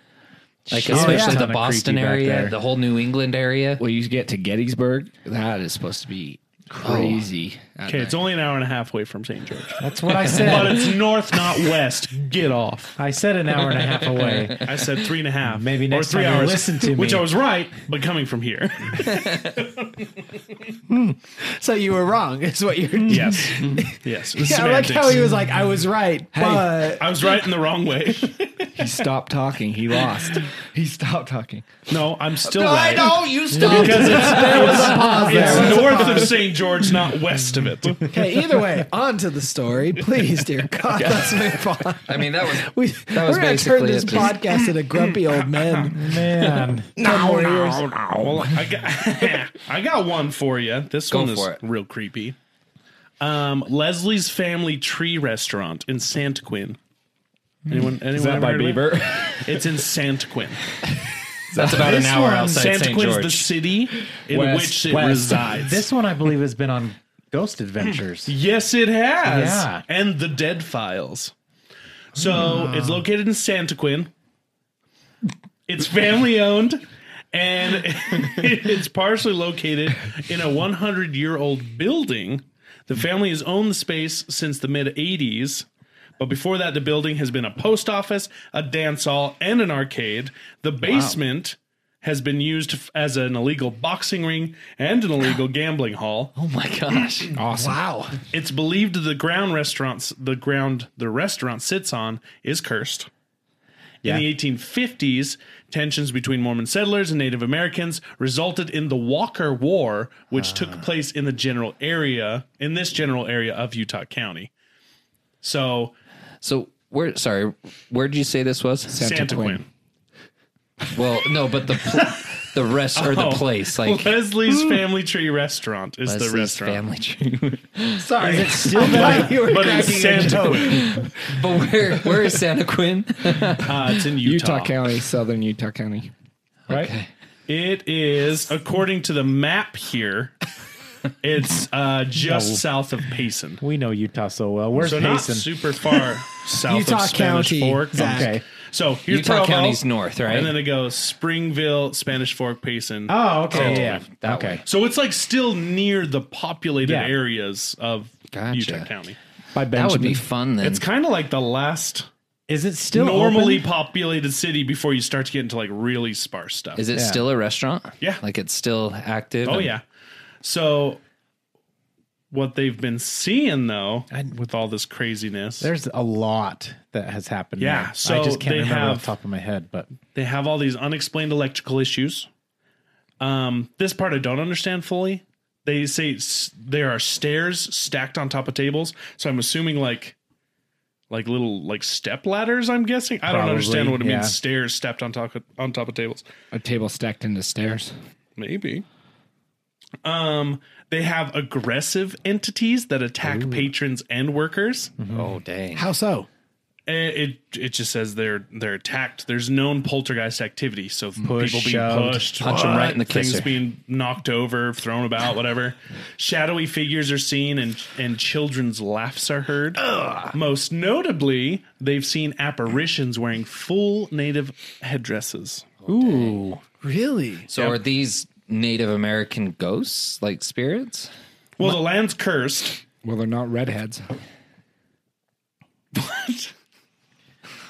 Speaker 2: Like
Speaker 1: Sure.
Speaker 2: especially
Speaker 1: Yeah.
Speaker 2: the
Speaker 1: Kinda
Speaker 2: Boston
Speaker 1: creepy back
Speaker 2: area,
Speaker 1: there.
Speaker 2: the whole New England area.
Speaker 5: When you get to Gettysburg, that is supposed to be crazy. Uh, at
Speaker 3: Okay, it's
Speaker 5: night.
Speaker 3: only an hour and a half away from St. George.
Speaker 1: That's what
Speaker 2: [LAUGHS]
Speaker 1: I
Speaker 3: But
Speaker 1: said.
Speaker 3: it's north, not west. Get off.
Speaker 1: I said an hour and a half
Speaker 2: [LAUGHS]
Speaker 1: away.
Speaker 3: I said three and a half.
Speaker 1: Maybe next
Speaker 3: or three
Speaker 1: time you
Speaker 3: hours.
Speaker 1: listen to me.
Speaker 3: Which I was right, but coming from here.
Speaker 4: So you were wrong. Is what you're
Speaker 3: yes. Yes.
Speaker 4: [LAUGHS] Yeah, I like
Speaker 3: Semantics.
Speaker 4: how he was like, I was right, but
Speaker 3: I was right in the wrong way.
Speaker 5: he stopped talking. He lost. [LAUGHS] he stopped talking.
Speaker 3: No, I'm still right.
Speaker 2: you stop.
Speaker 3: Because it's,
Speaker 4: pause there.
Speaker 3: it's north of St. George, not west of it.
Speaker 4: Okay, either way, on to the story. Please, dear God, let's move on.
Speaker 2: I mean, that was
Speaker 4: We,
Speaker 2: that was
Speaker 4: we're going to turn
Speaker 2: basically
Speaker 4: this
Speaker 2: it. just-
Speaker 4: podcast into grumpy old men.
Speaker 1: Man,
Speaker 4: no, more years.
Speaker 3: Well, I got, [LAUGHS] I got one for you. This
Speaker 2: Go
Speaker 3: one is
Speaker 2: for it.
Speaker 3: real creepy. Um, Leslie's Family Tree Restaurant in Santaquin. Anyone? Anyone?
Speaker 5: Is that
Speaker 3: ever
Speaker 5: by
Speaker 3: heard of it?
Speaker 5: Beaver?
Speaker 3: [LAUGHS] It's in Santaquin.
Speaker 2: That's about an
Speaker 1: This
Speaker 2: hour
Speaker 1: one,
Speaker 2: outside St.
Speaker 3: Santaquin's the
Speaker 2: George.
Speaker 3: city in
Speaker 5: West-
Speaker 3: which it
Speaker 5: west.
Speaker 3: resides.
Speaker 1: this one I believe has been on Ghost
Speaker 2: [LAUGHS]
Speaker 1: Adventures.
Speaker 3: Yes, it has.
Speaker 1: Yeah.
Speaker 3: And the Dead Files. So it's located in Santaquin. It's family owned and [LAUGHS] it's partially located in a 100 year old building. The family has owned the space since the mid 80s. But before that, the building has been a post office, a dance hall, and an arcade. The basement has been used f- as an illegal boxing ring and an illegal gambling hall.
Speaker 2: Oh my gosh.
Speaker 5: Awesome.
Speaker 4: Wow.
Speaker 3: It's believed the ground restaurants the ground the restaurant sits on is cursed.
Speaker 1: Yeah.
Speaker 3: In the 1850s, tensions between Mormon settlers and Native Americans resulted in the Walker War, which took place in the general area in this general area of Utah County. So
Speaker 2: So where? Sorry, where did you say this was?
Speaker 5: Santa
Speaker 3: Santa
Speaker 5: Quinn.
Speaker 3: Quinn.
Speaker 2: Well, no, but the pl- the rest or the
Speaker 3: Oh.
Speaker 2: place like
Speaker 3: Leslie's Family Tree Restaurant is
Speaker 2: Leslie's
Speaker 3: the restaurant.
Speaker 2: family tree. [LAUGHS]
Speaker 1: Sorry. Is it still that you were
Speaker 3: But it's
Speaker 1: cracking a
Speaker 3: Santa
Speaker 1: joke?
Speaker 3: Quinn.
Speaker 2: but where where is Santa Quinn?
Speaker 3: Uh, it's in
Speaker 5: Utah County, Southern Utah County.
Speaker 1: Right?
Speaker 2: Okay.
Speaker 3: It is, according to the map here, it's uh, just
Speaker 1: No.
Speaker 3: south of Payson.
Speaker 1: We know Utah so well. Where's
Speaker 3: So not
Speaker 1: Payson? [LAUGHS]
Speaker 3: super far south
Speaker 4: Utah
Speaker 3: of Spanish
Speaker 4: County,
Speaker 3: Fork.
Speaker 4: Zach.
Speaker 1: okay.
Speaker 3: So here's
Speaker 2: Utah
Speaker 3: Provo,
Speaker 2: County's north, right?
Speaker 3: and then it goes Springville, Spanish Fork, Payson.
Speaker 1: Oh, okay.
Speaker 3: Santa
Speaker 1: Yeah.
Speaker 3: Fe.
Speaker 1: yeah.
Speaker 2: That
Speaker 1: Okay.
Speaker 2: way.
Speaker 3: So it's like still near the populated
Speaker 1: Yeah.
Speaker 3: areas of
Speaker 2: Gotcha.
Speaker 3: Utah County.
Speaker 1: By
Speaker 2: that would
Speaker 1: Benjamin.
Speaker 2: be fun then.
Speaker 3: It's kind of like the last
Speaker 1: Is it still
Speaker 3: normally
Speaker 1: open?
Speaker 3: populated city before you start to get into like really sparse stuff.
Speaker 2: is it
Speaker 1: yeah.
Speaker 2: still a restaurant?
Speaker 3: Yeah.
Speaker 2: Like it's still active.
Speaker 3: Oh
Speaker 2: and-
Speaker 3: yeah. So what they've been seeing though with all this craziness,
Speaker 1: There's a lot that has happened.
Speaker 3: Yeah,
Speaker 1: there.
Speaker 3: so
Speaker 1: I just can't
Speaker 3: they
Speaker 1: remember
Speaker 3: have-
Speaker 1: off the top of my head, but
Speaker 3: they have all these unexplained electrical issues. Um, this part I don't understand fully. They say s- there are stairs stacked on top of tables, so I'm assuming like like little like step ladders. I'm guessing I don't
Speaker 1: Probably,
Speaker 3: understand what it
Speaker 1: yeah.
Speaker 3: means. Stairs stacked on top of, on top of tables.
Speaker 5: A table stacked into stairs.
Speaker 3: Maybe. Um, they have aggressive entities that attack patrons and workers.
Speaker 2: Oh dang.
Speaker 4: How so?
Speaker 3: Eh, It it just says they're they're attacked. There's known poltergeist activity, so people being
Speaker 1: shoved,
Speaker 3: pushed,
Speaker 2: Hmm. punch 'em right in the
Speaker 3: what, things
Speaker 2: kisser.
Speaker 3: being knocked over, thrown about, whatever. Shadowy figures are seen, and and children's laughs are heard. Most notably, they've seen apparitions wearing full native headdresses.
Speaker 1: ooh,
Speaker 4: Really?
Speaker 2: So are these Native American ghosts, like spirits?
Speaker 3: Well, the land's cursed.
Speaker 5: Well, they're not redheads.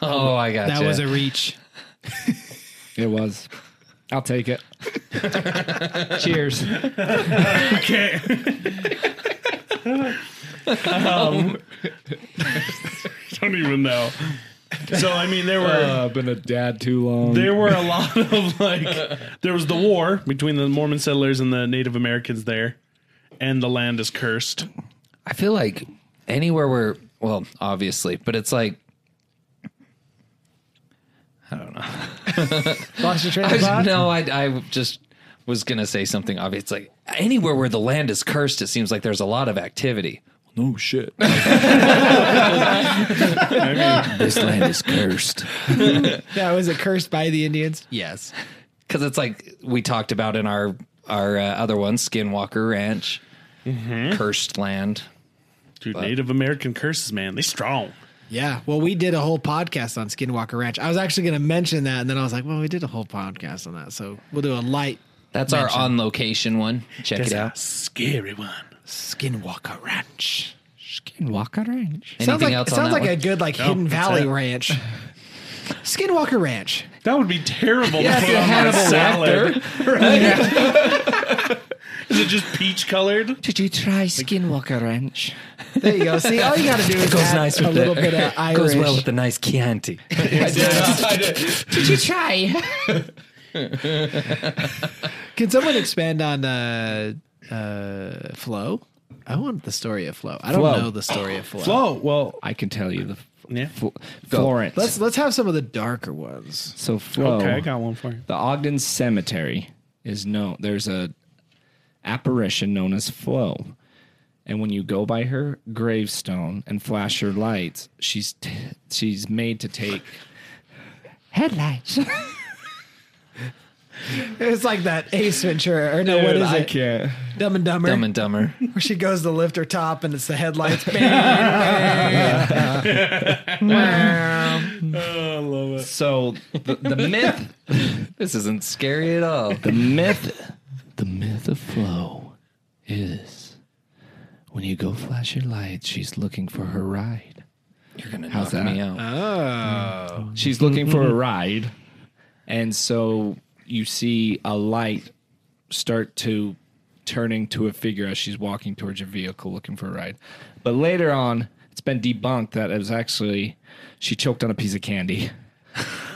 Speaker 2: Oh, I got
Speaker 4: That was a reach.
Speaker 5: It was. I'll take it. [LAUGHS] Cheers.
Speaker 3: Okay. [LAUGHS] um, [LAUGHS] don't even know. So I mean, there were
Speaker 5: I've Uh, been a dad too long.
Speaker 3: there were a lot of like there was the war between the Mormon settlers and the Native Americans there, and the land is cursed.
Speaker 2: I feel like anywhere where, well, obviously, but it's like
Speaker 4: Lost your train
Speaker 2: I [LAUGHS]
Speaker 4: of
Speaker 2: was-
Speaker 4: thought?
Speaker 2: no, I, I just was gonna say something obvious. It's like anywhere where the land is cursed, it seems like there's a lot of activity. No shit. this land is
Speaker 5: [LAUGHS]
Speaker 2: cursed.
Speaker 4: Yeah, was it cursed by the Indians? Yes.
Speaker 2: Because it's like we talked about in our our uh, other one, Skinwalker Ranch,
Speaker 3: Mm-hmm.
Speaker 2: cursed land.
Speaker 3: Dude, Native American curses, man, they strong.
Speaker 4: Yeah. Well, we did a whole podcast on Skinwalker Ranch. I was actually going to mention that, and then I was like, well, we did a whole podcast on that, so we'll do a light
Speaker 2: That's our on location one. Check it out.
Speaker 3: Scary one.
Speaker 4: Skinwalker Ranch.
Speaker 5: Skinwalker Ranch.
Speaker 2: Anything
Speaker 4: Sounds like
Speaker 2: else on
Speaker 4: sounds
Speaker 2: that
Speaker 4: like
Speaker 2: one?
Speaker 4: a good like Hidden
Speaker 3: that's
Speaker 4: Valley
Speaker 3: it.
Speaker 4: Ranch. Skinwalker Ranch.
Speaker 3: That would be terrible
Speaker 4: Yeah,
Speaker 3: to
Speaker 4: if
Speaker 3: [LAUGHS] put
Speaker 4: you
Speaker 3: on
Speaker 4: had
Speaker 3: my
Speaker 4: a black
Speaker 3: salad. Right? is it just peach colored?
Speaker 5: Did you try Skinwalker Ranch?
Speaker 4: There you go. See, all you got to do is add a little bit of
Speaker 2: [LAUGHS]
Speaker 4: Irish.
Speaker 2: Goes well with the nice
Speaker 3: [LAUGHS]
Speaker 2: Chianti.
Speaker 4: Did you try?
Speaker 2: [LAUGHS]
Speaker 4: Can someone expand on uh, uh, Flow? I want the story of Flow. I don't
Speaker 5: Flo.
Speaker 4: know the story of Flow.
Speaker 3: Oh well,
Speaker 5: I can tell you the
Speaker 3: yeah.
Speaker 5: Fl- Florence.
Speaker 4: Let's let's have some of the darker ones.
Speaker 5: so Flo.
Speaker 3: Okay, I got one for you.
Speaker 5: The Ogden Cemetery is known. There's a apparition known as Flo, and when you go by her gravestone and flash her lights, she's t- she's made to take headlights.
Speaker 4: It's like that Ace Ventura, or no, what is
Speaker 5: I
Speaker 4: it?
Speaker 5: can't.
Speaker 4: Dumb and Dumber,
Speaker 2: Dumb and Dumber.
Speaker 4: where she goes to lift her top and it's the headlights.
Speaker 2: [LAUGHS]
Speaker 3: Oh, I love it.
Speaker 5: So the,
Speaker 2: [LAUGHS]
Speaker 5: the myth,
Speaker 2: This isn't scary at all.
Speaker 5: the myth, the myth of Flo is when you go flash your lights, she's looking for her ride.
Speaker 2: You're gonna
Speaker 5: How's
Speaker 2: knock
Speaker 5: that?
Speaker 2: me out.
Speaker 4: oh,
Speaker 3: Mm-hmm.
Speaker 5: She's looking for a ride. And so you see a light start to turning to a figure as she's walking towards your vehicle looking for a ride. But later on, it's been debunked that it was actually she choked on a piece
Speaker 3: [LAUGHS]
Speaker 5: of candy.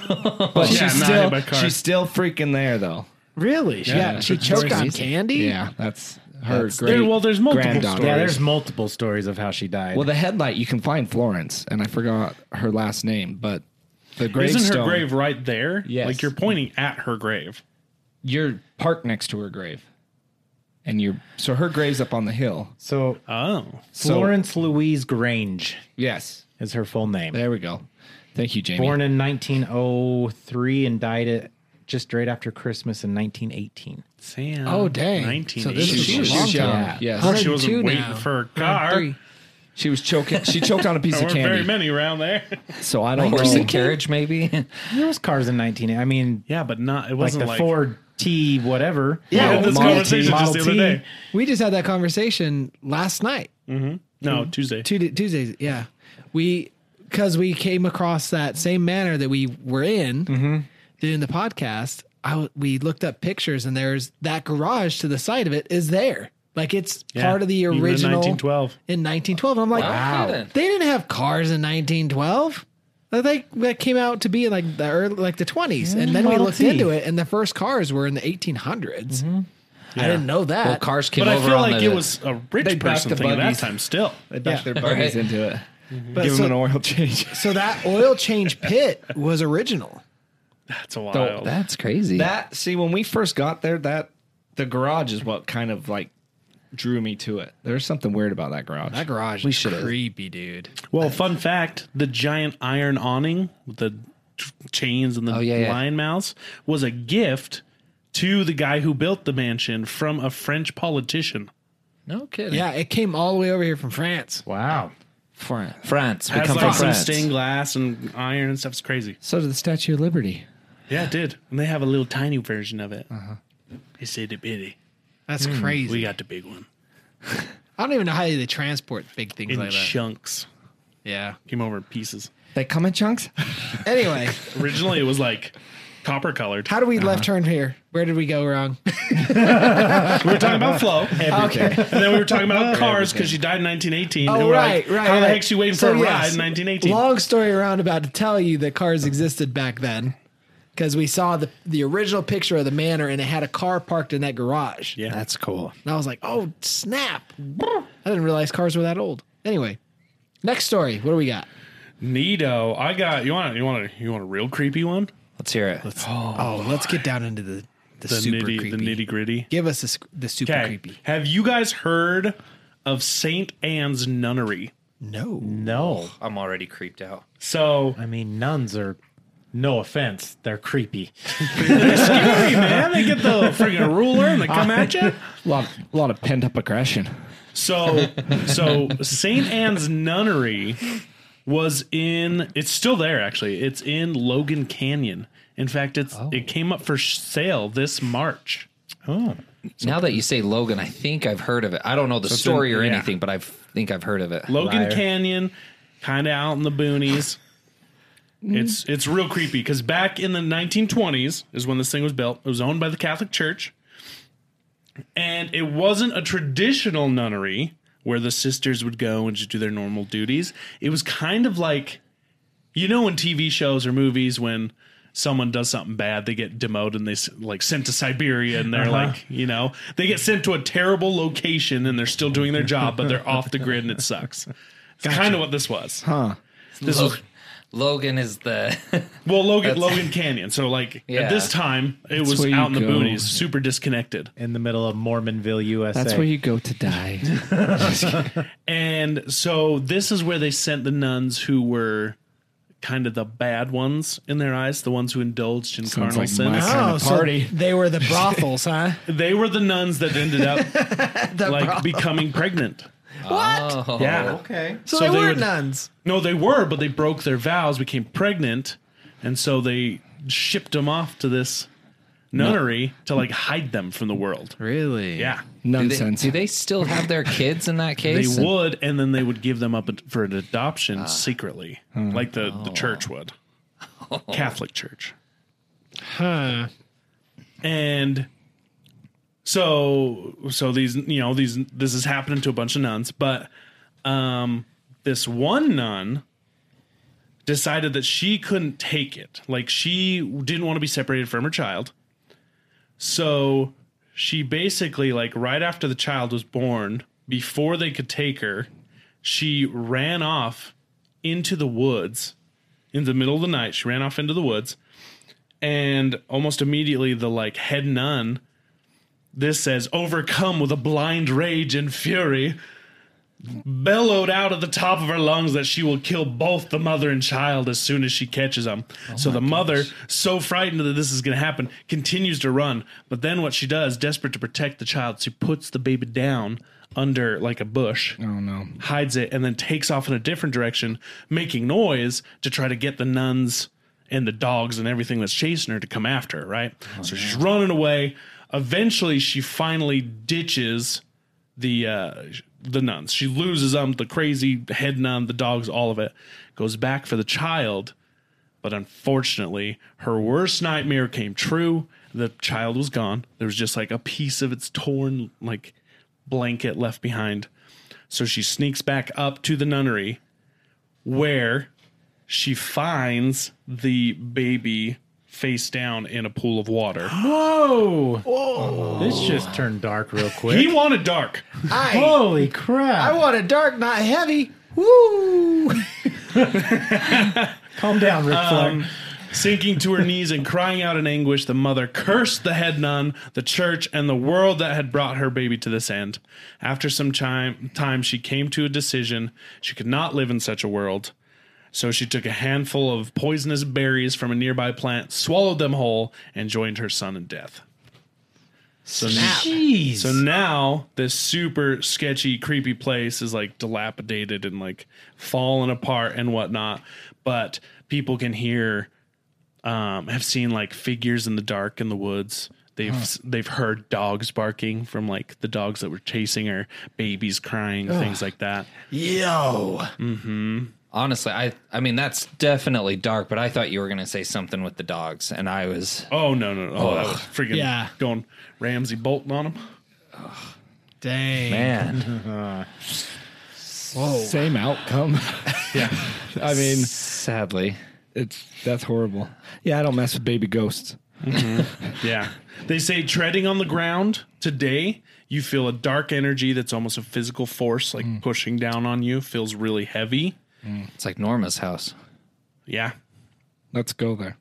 Speaker 5: but
Speaker 3: Yeah,
Speaker 5: she's
Speaker 3: not hit
Speaker 5: still
Speaker 3: by a car.
Speaker 5: she's still freaking there though.
Speaker 4: Really? Yeah, she choked on candy.
Speaker 5: Yeah, that's her great.
Speaker 3: There- well, there's multiple
Speaker 5: granddaughter.
Speaker 3: stories.
Speaker 1: Yeah, there's multiple stories of how she died.
Speaker 5: Well, the headlight you can find Florence, and I forgot her last name, but the gravestone.
Speaker 3: Isn't her grave right there?
Speaker 5: Yes.
Speaker 3: Like you're pointing at her grave.
Speaker 5: You're parked next to her grave, and you're so her grave's up on the hill.
Speaker 1: so
Speaker 3: Oh.
Speaker 5: So-
Speaker 1: Florence Louise Grange
Speaker 5: Yes,
Speaker 1: is her full name.
Speaker 5: there we go. Thank you, Jamie.
Speaker 1: Born in 1903 and died at just right after Christmas in 1918.
Speaker 3: Sam.
Speaker 4: Oh, dang.
Speaker 3: 19.
Speaker 4: So this
Speaker 5: she,
Speaker 4: is
Speaker 5: she was
Speaker 4: long
Speaker 5: young.
Speaker 1: time.
Speaker 5: Yes,
Speaker 4: Hundred and
Speaker 3: she
Speaker 4: two
Speaker 3: wasn't waiting
Speaker 4: now.
Speaker 3: for her
Speaker 4: Hundred
Speaker 3: car.
Speaker 4: and three.
Speaker 5: she was choking. She choked on a piece
Speaker 3: There
Speaker 5: of
Speaker 3: weren't very
Speaker 5: candy.
Speaker 3: many around there. [LAUGHS]
Speaker 5: So I don't
Speaker 2: Horse
Speaker 5: know.
Speaker 2: and carriage, maybe. [LAUGHS]
Speaker 1: There was cars in 19. I mean,
Speaker 3: Yeah, but not. It
Speaker 1: like
Speaker 3: wasn't
Speaker 1: the
Speaker 3: like,
Speaker 1: Ford T, whatever.
Speaker 3: Yeah,
Speaker 5: Model-
Speaker 3: this
Speaker 5: Model
Speaker 3: conversation
Speaker 1: T.
Speaker 3: just the other
Speaker 1: Model T.
Speaker 3: day.
Speaker 4: We just had that conversation last night,
Speaker 3: No, Tuesday.
Speaker 4: Tuesday, Tuesdays. Yeah, we because we came across that same manor that we were in doing the podcast. I w- we looked up pictures, and there's that garage to the side of it is there. Like it's
Speaker 3: Yeah,
Speaker 4: part of the
Speaker 3: even in
Speaker 4: original
Speaker 3: 1912.
Speaker 4: in 1912. I'm like,
Speaker 2: Wow. Okay, then.
Speaker 4: they didn't have cars in 1912. I think that came out to be in like the early, like the 20s, and then we
Speaker 1: Model
Speaker 4: looked
Speaker 1: T.
Speaker 4: into it, and the first cars were in the 1800s. I didn't know that.
Speaker 2: Well, cars came
Speaker 3: But I
Speaker 2: over
Speaker 3: feel
Speaker 2: on
Speaker 3: like
Speaker 2: the,
Speaker 3: it was a
Speaker 5: They
Speaker 3: rich
Speaker 5: backed
Speaker 3: person
Speaker 5: the
Speaker 3: thing at that
Speaker 5: buggies.
Speaker 3: time still.
Speaker 5: They bash their
Speaker 2: Right.
Speaker 5: buggies into it.
Speaker 4: But
Speaker 5: Give
Speaker 4: so-
Speaker 5: them an oil change.
Speaker 4: So that oil change pit was original.
Speaker 3: That's a wild.
Speaker 2: That's crazy.
Speaker 5: That [LAUGHS] see, when we first got there, that the garage is what kind of like drew me to it. There's something weird about that garage.
Speaker 4: That garage
Speaker 5: We
Speaker 4: is
Speaker 5: should've-
Speaker 4: creepy, dude.
Speaker 3: well, fun fact the giant iron awning with the t- chains and the
Speaker 2: Oh, yeah, yeah.
Speaker 3: lion mouths was a gift to the guy who built the mansion from a French politician.
Speaker 2: no kidding.
Speaker 4: Yeah, it came all the way over here from France.
Speaker 1: Wow.
Speaker 5: France.
Speaker 2: France. We
Speaker 3: Has
Speaker 2: come
Speaker 3: like
Speaker 2: from
Speaker 3: some
Speaker 2: France.
Speaker 3: stained glass and iron and stuff. It's crazy.
Speaker 5: So did the Statue of Liberty.
Speaker 3: Yeah, it did. And they have a little tiny version of it. Uh-huh. It's itty bitty.
Speaker 4: That's crazy.
Speaker 3: We got the big one
Speaker 4: I don't even know how they transport big things
Speaker 3: in
Speaker 4: like that.
Speaker 3: chunks.
Speaker 4: yeah.
Speaker 3: Came over in pieces.
Speaker 5: They come in chunks.
Speaker 4: Anyway,
Speaker 3: Originally, it was like copper colored.
Speaker 4: how do we left turn here? Where did we go wrong?
Speaker 3: We were talking about flow. Okay. And then we were talking about cars because she died in 1918. and
Speaker 4: Oh,
Speaker 3: we're
Speaker 4: right,
Speaker 3: like,
Speaker 4: right.
Speaker 3: How the
Speaker 4: right.
Speaker 3: heck she waiting
Speaker 4: So,
Speaker 3: for a ride
Speaker 4: yes,
Speaker 3: in 1918?
Speaker 4: Long story around about to tell you that cars existed back then because we saw the, the original picture of the manor and it had a car parked in that garage.
Speaker 3: Yeah.
Speaker 2: That's cool.
Speaker 4: And I was like, oh, snap. I didn't realize cars were that old. Anyway, next story. What do we got?
Speaker 3: Nito, I got you. Want you want a, you want a real creepy one?
Speaker 2: Let's hear it. Let's
Speaker 4: Oh, let's get down into the, the,
Speaker 3: The
Speaker 4: super
Speaker 3: nitty
Speaker 4: creepy.
Speaker 3: the nitty gritty.
Speaker 4: Give us the, sc- the super
Speaker 3: Okay.
Speaker 4: creepy.
Speaker 3: Have you guys heard of Saint Anne's Nunnery?
Speaker 4: No.
Speaker 1: No.
Speaker 2: [GASPS] I'm already creeped out.
Speaker 4: [LAUGHS]
Speaker 3: So
Speaker 1: I mean, nuns are, no offense, they're creepy.
Speaker 3: scary man, they get the freaking ruler and they come at
Speaker 4: [LAUGHS]
Speaker 3: you.
Speaker 5: A lot, a lot of pent up aggression.
Speaker 3: So, so St. Anne's Nunnery was in. It's still there, actually. It's in Logan Canyon. In fact, it's it came up for sale this March.
Speaker 2: Now that you say Logan, I think I've heard of it. I don't know the story or
Speaker 3: yeah.
Speaker 2: anything, but I think I've heard of it.
Speaker 3: Logan
Speaker 1: Liar.
Speaker 3: Canyon, kind of out in the boonies. it's it's real creepy because back in the 1920s is when this thing was built. It was owned by the Catholic Church, and it wasn't a traditional nunnery where the sisters would go and just do their normal duties. It was kind of like, you know, in TV shows or movies when someone does something bad, they get demoted and they s- like sent to Siberia, and they're
Speaker 5: Uh-huh.
Speaker 3: like, you know, they get sent to a terrible location and they're still doing their job, but they're off the grid and it sucks. It's kind of what this was.
Speaker 5: Huh.
Speaker 3: This was
Speaker 2: Logan is the [LAUGHS]
Speaker 3: well, Logan Logan Canyon. So like
Speaker 2: Yeah.
Speaker 3: at this time, it was
Speaker 5: where you
Speaker 3: out in the
Speaker 5: go.
Speaker 3: boonies, super disconnected.
Speaker 1: In the middle of Mormonville, USA.
Speaker 5: That's where you go to die.
Speaker 3: And so this is where they sent the nuns who were kind of the bad ones in their eyes, the ones who indulged in
Speaker 5: Sounds
Speaker 3: carnal
Speaker 5: like
Speaker 3: sins. Oh,
Speaker 5: my- Kinda party.
Speaker 4: they were [LAUGHS] the brothels, huh?
Speaker 3: They were the nuns that ended up
Speaker 4: [LAUGHS] The
Speaker 3: like
Speaker 4: broth-
Speaker 3: becoming pregnant.
Speaker 4: what?
Speaker 2: oh,
Speaker 3: [LAUGHS] Yeah.
Speaker 1: Okay.
Speaker 4: [LAUGHS] So,
Speaker 3: so
Speaker 4: they,
Speaker 3: they
Speaker 4: weren't
Speaker 3: would-
Speaker 4: nuns.
Speaker 3: No, they were, but they broke their vows, became pregnant, and so they shipped them off to this nunnery to like hide them from the world.
Speaker 4: Really?
Speaker 3: Yeah.
Speaker 2: Do they,
Speaker 5: Nonsense.
Speaker 2: do they still have their kids in that
Speaker 3: [LAUGHS] They
Speaker 2: case?
Speaker 3: would, and then they would give them up for an adoption secretly, like the, the church would, Catholic Church.
Speaker 4: Huh.
Speaker 3: and so so these you know these this is happening to a bunch of nuns but um this one nun decided that she couldn't take it like she didn't want to be separated from her child so she basically like right after the child was born before they could take her she ran off into the woods in the middle of the night she ran off into the woods and almost immediately the like head nun this says overcome with a blind rage and fury bellowed out of the top of her lungs that she will kill both the mother and child as soon as she catches them so the mother so frightened that this is going to happen continues to run but then what she does desperate to protect the child she puts the baby down under like a bush
Speaker 5: Oh no.
Speaker 3: hides it, and then takes off in a different direction, making noise to try to get the nuns and the dogs and everything that's chasing her to come after her, right? so she's running away. Eventually, she finally ditches the uh, the nuns. She loses them, the crazy head nun, the dogs, all of it. Goes back for the child, but unfortunately, her worst nightmare came true. The child was gone. There was just like a piece of its torn like blanket left behind. So she sneaks back up to the nunnery where she finds the baby face down in a pool of water.
Speaker 1: Whoa! Oh! This just turned dark real quick.
Speaker 3: he wanted dark.
Speaker 4: I,
Speaker 1: Holy crap!
Speaker 4: I want it dark, not heavy. Woo!
Speaker 1: [LAUGHS] Calm down, Rick
Speaker 4: Um,
Speaker 1: Flair.
Speaker 3: Sinking to her knees and crying out in anguish, the mother cursed the head nun, the church, and the world that had brought her baby to this end. After some time, time, she came to a decision. She could not live in such a world. So she took a handful of poisonous berries from a nearby plant, swallowed them whole, and joined her son in death. So now,
Speaker 1: Jeez.
Speaker 3: so now this super sketchy, creepy place is like dilapidated and like falling apart and whatnot. But people can hear, um, have seen like figures in the dark in the woods. They've they've heard dogs barking from like the dogs that were chasing her, babies crying, things like that.
Speaker 4: Yo.
Speaker 2: Honestly, I I mean that's definitely dark, but I thought you were gonna say something with the dogs, and I was
Speaker 3: Oh no no no! Oh, that was freaking
Speaker 4: Yeah.
Speaker 3: going Ramsey Bolton on them.
Speaker 4: Dang.
Speaker 3: [LAUGHS]
Speaker 2: man.
Speaker 4: Whoa.
Speaker 5: Same outcome.
Speaker 3: Yeah,
Speaker 5: [LAUGHS] I mean,
Speaker 2: Sadly,
Speaker 5: it's that's horrible. Yeah, I don't mess with baby ghosts.
Speaker 3: yeah. They say treading on the ground today, you feel a dark energy that's almost a physical force like
Speaker 5: Hmm.
Speaker 3: pushing down on you. Feels really heavy.
Speaker 2: it's like Norma's house.
Speaker 3: Yeah.
Speaker 5: Let's go there.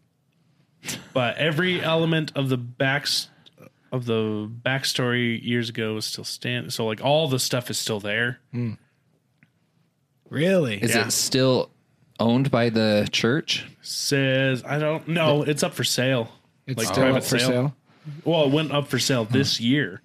Speaker 3: but every element of the backs of the backstory years ago is still stand. So like all the stuff is still there.
Speaker 4: Really?
Speaker 2: Is
Speaker 3: Yeah.
Speaker 2: it still owned by the church?
Speaker 3: Says I don't know. It's up for sale.
Speaker 5: It's
Speaker 3: Like
Speaker 5: still
Speaker 3: private
Speaker 5: up for
Speaker 3: sale?
Speaker 5: sale. Hmm.
Speaker 3: Well, it went up for sale this year.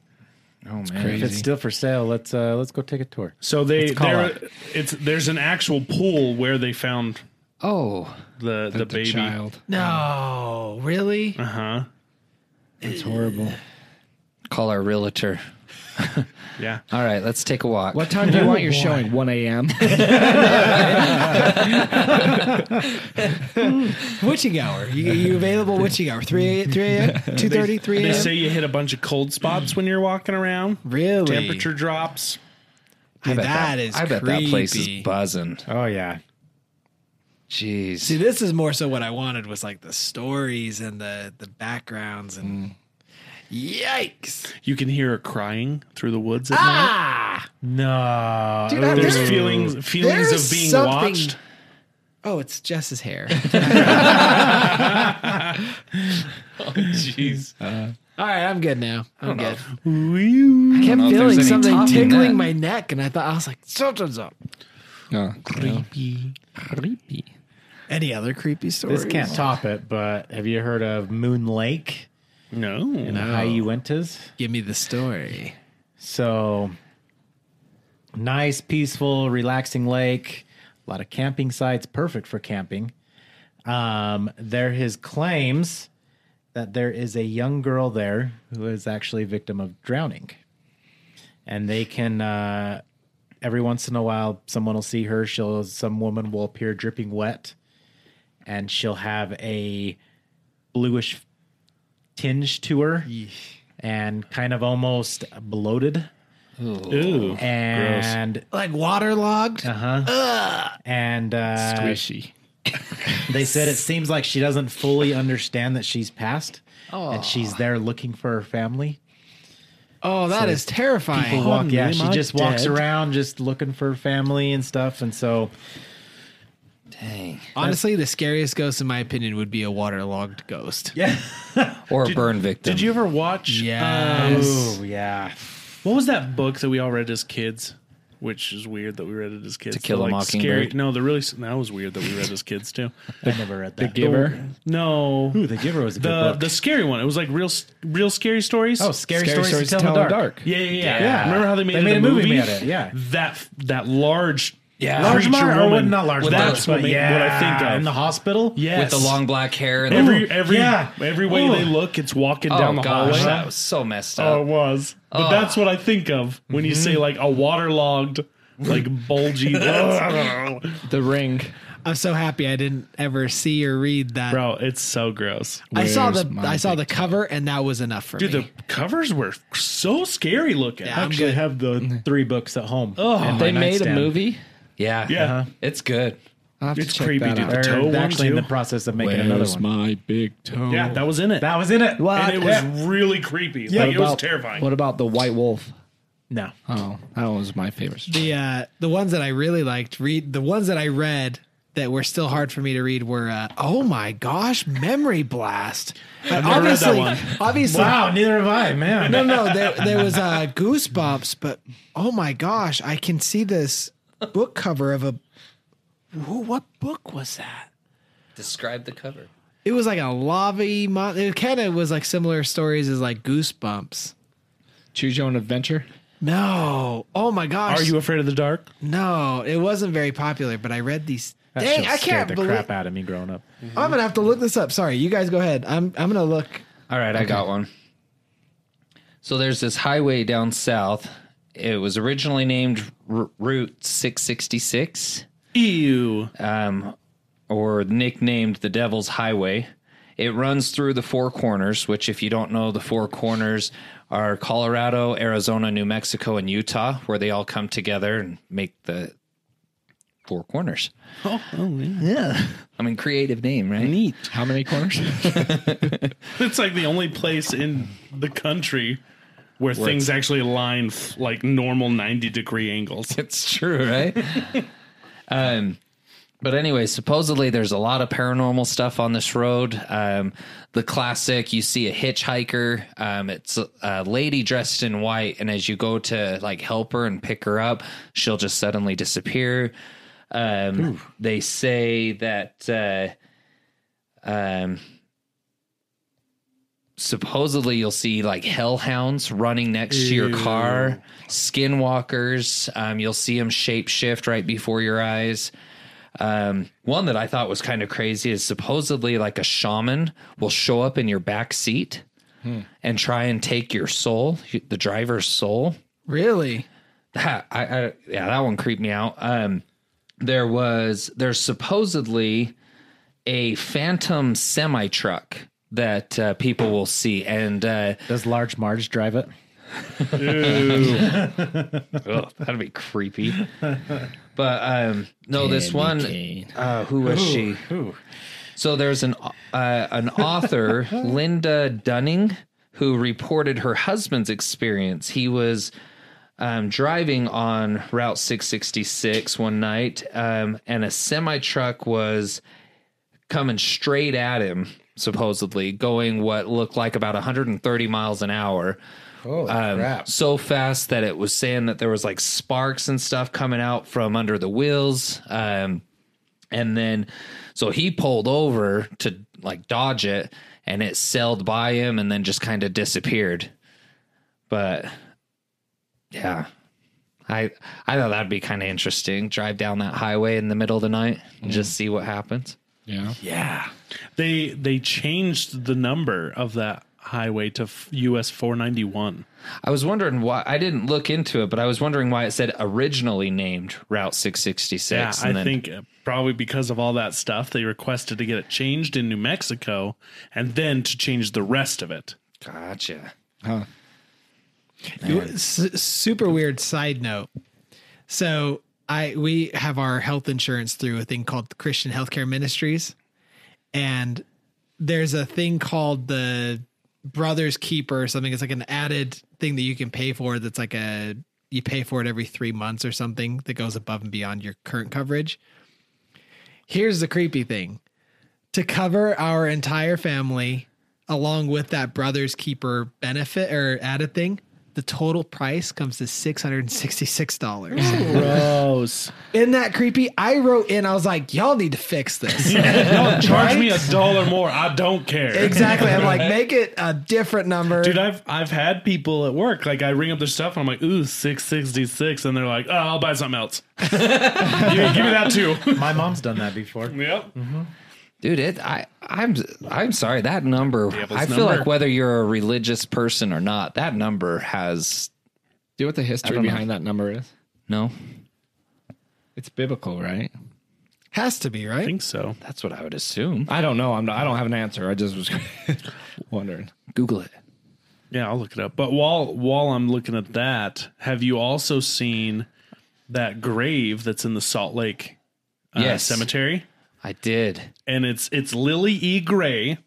Speaker 2: Oh man,
Speaker 1: If it's still for sale, let's uh, let's go take a tour.
Speaker 3: So they
Speaker 1: call
Speaker 3: there
Speaker 1: up.
Speaker 3: it's there's an actual pool where they found
Speaker 2: Oh,
Speaker 3: the the, baby.
Speaker 5: child.
Speaker 4: No. Really?
Speaker 3: Uh huh. [LAUGHS]
Speaker 5: It's horrible.
Speaker 2: call our realtor.
Speaker 3: Yeah.
Speaker 2: All right, let's take a walk.
Speaker 5: What time do you want your showing?
Speaker 3: [LAUGHS]
Speaker 5: 1 a.m.
Speaker 4: [LAUGHS] Witching hour. You, you available witching hour? 3 3 a.m.? 2.30? 3
Speaker 3: They
Speaker 4: a.m.?
Speaker 3: say you hit a bunch of cold spots when you're walking around.
Speaker 4: really?
Speaker 3: Temperature drops.
Speaker 4: I
Speaker 2: bet
Speaker 4: that is
Speaker 2: I bet that place is
Speaker 4: creepy.
Speaker 2: buzzing.
Speaker 1: Oh yeah,
Speaker 2: Jeez.
Speaker 4: See, this is more so what I wanted was like the stories and the, the backgrounds and... Yikes!
Speaker 3: You can hear her crying through the woods at night.
Speaker 4: Ah!
Speaker 1: no.
Speaker 4: Dude, I-
Speaker 3: There's
Speaker 4: Ooh.
Speaker 3: feelings feelings
Speaker 4: There's
Speaker 3: of being
Speaker 4: something-
Speaker 3: watched.
Speaker 4: Oh, it's Jess's hair.
Speaker 3: Jeez.
Speaker 4: All right, I'm good now. I'm good.
Speaker 3: Wee-
Speaker 4: I kept
Speaker 2: know if
Speaker 4: feeling
Speaker 2: there's any
Speaker 4: something
Speaker 2: top in
Speaker 4: tickling
Speaker 2: that.
Speaker 4: my neck, and I thought I was like, something's up.
Speaker 5: No.
Speaker 2: creepy.
Speaker 4: Any other creepy stories?
Speaker 1: This can't top it. But have you heard of Moon Lake
Speaker 3: No.
Speaker 1: in the Hayuentas?
Speaker 4: Give me the story.
Speaker 1: So nice, peaceful, relaxing lake. A lot of camping sites, perfect for camping. Um, there his claims that there is a young girl there who is actually a victim of drowning, and they can. Uh, every once in a while, someone will see her. She'll some woman will appear dripping wet, and she'll have a bluish tinge to her and kind of almost bloated
Speaker 3: Ooh.
Speaker 1: and
Speaker 4: Like waterlogged.
Speaker 1: and uh,
Speaker 5: Squishy.
Speaker 1: [LAUGHS] they said it seems like she doesn't fully understand that she's passed and she's there looking for her family.
Speaker 4: Oh, that is terrifying.
Speaker 1: People walk, yeah,
Speaker 3: am
Speaker 1: she
Speaker 3: I
Speaker 1: just walks
Speaker 3: dead?
Speaker 1: around just looking for family and stuff. And so
Speaker 2: Dang.
Speaker 4: Honestly, the scariest ghost, in my opinion, would be a waterlogged ghost.
Speaker 1: yeah,
Speaker 2: Or a burn victim.
Speaker 3: Did you ever watch? uh,
Speaker 4: Yes.
Speaker 1: oh yeah,
Speaker 3: What was that book that we all read as kids? Which is weird that we read it as kids.
Speaker 2: Kill
Speaker 3: The,
Speaker 2: a
Speaker 3: scary-
Speaker 2: Mockingbird?
Speaker 3: No, the really that was weird that we read as kids
Speaker 1: [LAUGHS]
Speaker 3: too.
Speaker 1: I never read that.
Speaker 5: Giver.
Speaker 3: No,
Speaker 1: Ooh, the Giver was a good
Speaker 3: the
Speaker 1: book.
Speaker 3: the scary one. It was like real s- real scary stories.
Speaker 1: oh, scary, stories, to tell in the dark.
Speaker 3: yeah, yeah, yeah,
Speaker 1: Yeah.
Speaker 3: Remember how they made,
Speaker 1: They
Speaker 3: it
Speaker 1: made
Speaker 3: a
Speaker 1: a movie
Speaker 3: movie?
Speaker 1: about it, yeah.
Speaker 3: that that large,
Speaker 2: Yeah.
Speaker 1: Large
Speaker 3: creature
Speaker 1: Mar- or
Speaker 3: woman.
Speaker 1: not large,
Speaker 2: With
Speaker 1: Mar-
Speaker 2: the-
Speaker 1: but
Speaker 3: what I-
Speaker 1: yeah,
Speaker 3: what I think of.
Speaker 1: in the hospital.
Speaker 3: yes.
Speaker 2: With the long black hair and
Speaker 3: every
Speaker 1: Ooh,
Speaker 3: every
Speaker 1: yeah.
Speaker 3: every way
Speaker 1: Ooh.
Speaker 3: they look, it's walking
Speaker 2: oh,
Speaker 3: down the
Speaker 2: gosh,
Speaker 3: hallway.
Speaker 2: that was so messed
Speaker 3: Oh,
Speaker 2: up.
Speaker 3: it was. But that's what I think of when you
Speaker 1: Mm-hmm.
Speaker 3: say like a waterlogged, like
Speaker 1: [LAUGHS]
Speaker 3: bulgy.
Speaker 5: The ring.
Speaker 4: I'm so happy I didn't ever see or read that.
Speaker 3: Bro, it's so gross.
Speaker 4: I saw
Speaker 5: Where's
Speaker 4: the
Speaker 5: my
Speaker 4: I saw the cover, and that was enough for
Speaker 3: Dude,
Speaker 4: me.
Speaker 3: the covers were so scary looking.
Speaker 1: I
Speaker 4: Yeah.
Speaker 1: actually
Speaker 4: good.
Speaker 1: have the three books at home. Oh,
Speaker 5: they made a movie.
Speaker 2: Yeah.
Speaker 3: Yeah.
Speaker 2: It's good.
Speaker 5: I'll have
Speaker 3: It's
Speaker 5: to check
Speaker 3: creepy,
Speaker 5: that
Speaker 3: dude.
Speaker 5: out.
Speaker 1: They're
Speaker 3: Toe one,
Speaker 1: actually in
Speaker 3: too.
Speaker 1: the process of making another one.
Speaker 5: my big toe?
Speaker 3: Yeah, that was in it.
Speaker 1: That was in it. Well,
Speaker 3: and it was really creepy.
Speaker 1: Yeah.
Speaker 3: like, it was
Speaker 5: About-
Speaker 3: terrifying.
Speaker 5: What about the White Wolf?
Speaker 1: no.
Speaker 5: Oh, that was my favorite.
Speaker 4: the uh, the ones that I really liked read the ones that I read that were still hard for me to read were uh, oh my gosh memory blast But
Speaker 3: never read that
Speaker 4: obviously
Speaker 3: one.
Speaker 1: [LAUGHS]
Speaker 4: obviously
Speaker 1: Wow, neither have I, man.
Speaker 4: [LAUGHS] no no there, there was uh, goosebumps but oh my gosh I can see this book cover of a who what book was that
Speaker 2: Describe the cover.
Speaker 4: it was like a lava mon- it kind of was like similar stories as like goosebumps
Speaker 5: Choose your own adventure.
Speaker 4: no oh my gosh
Speaker 3: Are you afraid of the dark?
Speaker 4: no it wasn't very popular but I read these
Speaker 1: That
Speaker 4: dang
Speaker 1: shit
Speaker 4: I
Speaker 1: scared
Speaker 4: can't
Speaker 1: the
Speaker 4: believe
Speaker 1: crap out of me growing up.
Speaker 4: I'm gonna have to look this up. Sorry, you guys go ahead. I'm I'm gonna look.
Speaker 2: All right, I got one. So there's this highway down south. It was originally named R- Route 666,
Speaker 3: Ew.
Speaker 2: um, or nicknamed the Devil's Highway. It runs through the Four Corners, which, if you don't know, the Four Corners are Colorado, Arizona, New Mexico, and Utah, where they all come together and make the Four Corners. Oh, yeah. I mean, creative name, right?
Speaker 5: Neat. How many corners?
Speaker 3: It's like the only place in the country where, things actually line f- like normal 90 degree angles.
Speaker 2: [LAUGHS] It's true, right? um, but anyway, supposedly there's a lot of paranormal stuff on this road. Um, the classic, you see a hitchhiker. Um, it's a, a lady dressed in white, and as you go to like help her and pick her up, she'll just suddenly disappear. Um, they say that. Uh, um, supposedly you'll see like hellhounds running next to your car, skinwalkers. Um, you'll see them shapeshift right before your eyes. Um, one that I thought was kind of crazy is supposedly like a shaman will show up in your back seat and try and take your soul, the driver's soul.
Speaker 4: Really?
Speaker 2: That I, I yeah, that one creeped me out. Um, there was there's supposedly a phantom semi truck that uh, people will see, and uh,
Speaker 1: Does [LAUGHS] Large Marge drive it?
Speaker 2: [LAUGHS] Ugh, that'd be creepy. But um, no, this one. Uh, who was she? So there's an uh, an author, Linda Dunning, who reported her husband's experience. He was um, driving on Route 666 one night, um, and a semi truck was coming straight at him, supposedly going what looked like about 130 miles an hour. Oh, crap. So fast that it was saying that there was like sparks and stuff coming out from under the wheels. Um, and then, so he pulled over to like dodge it, and it sailed by him and then just kind of disappeared. But yeah, I I thought that'd be kind of interesting. Drive down that highway in the middle of the night and just see what happens.
Speaker 5: yeah.
Speaker 3: They they changed the number of that highway to f- US 491.
Speaker 2: I was wondering why I didn't look into it, but I was wondering why it said originally named Route 666.
Speaker 3: Yeah,
Speaker 2: and
Speaker 3: I
Speaker 2: then-
Speaker 3: think uh, probably because of all that stuff, they requested to get it changed in New Mexico and then to change the rest of it. [LAUGHS]
Speaker 2: Gotcha.
Speaker 4: S- super weird side note. So I we have our health insurance through a thing called Christian Healthcare Ministries, and there's a thing called the Brothers Keeper or something. It's like an added thing that you can pay for. That's like a you pay for it every three months or something that goes above and beyond your current coverage. Here's the creepy thing: to cover our entire family along with that brother's keeper benefit or added thing, the total price comes to six hundred and sixty-six dollars.
Speaker 1: Gross.
Speaker 4: Isn't that creepy? I wrote in, I was like, y'all need to fix
Speaker 3: [LAUGHS]
Speaker 4: this.
Speaker 3: No, charge me a dollar more. I don't care.
Speaker 4: exactly. I'm like, make it a different number.
Speaker 3: Dude, I've I've had people at work like I ring up their stuff and I'm like, ooh, six sixty six, and they're like, oh, I'll buy something else. give, me, give me that [LAUGHS] too.
Speaker 1: [LAUGHS] My mom's done that before.
Speaker 3: yep.
Speaker 2: Dude, it I I'm I'm sorry that number.
Speaker 3: Devil's
Speaker 2: I feel
Speaker 3: number.
Speaker 2: like whether you're a religious person or not, that number has
Speaker 5: Do you know what the history
Speaker 2: don't know.
Speaker 5: behind that number is?
Speaker 2: no.
Speaker 5: It's biblical, right?
Speaker 4: Has to be,
Speaker 3: I
Speaker 4: right?
Speaker 3: think so.
Speaker 2: That's what I would assume.
Speaker 5: I don't know. I'm not, I don't have an answer. I just was [LAUGHS] wondering.
Speaker 2: Google it.
Speaker 3: Yeah, I'll look it up. But while while I'm looking at that, have you also seen that grave that's in the Salt Lake uh,
Speaker 2: Yes.
Speaker 3: cemetery?
Speaker 2: I did.
Speaker 3: and it's it's Lily E. Gray.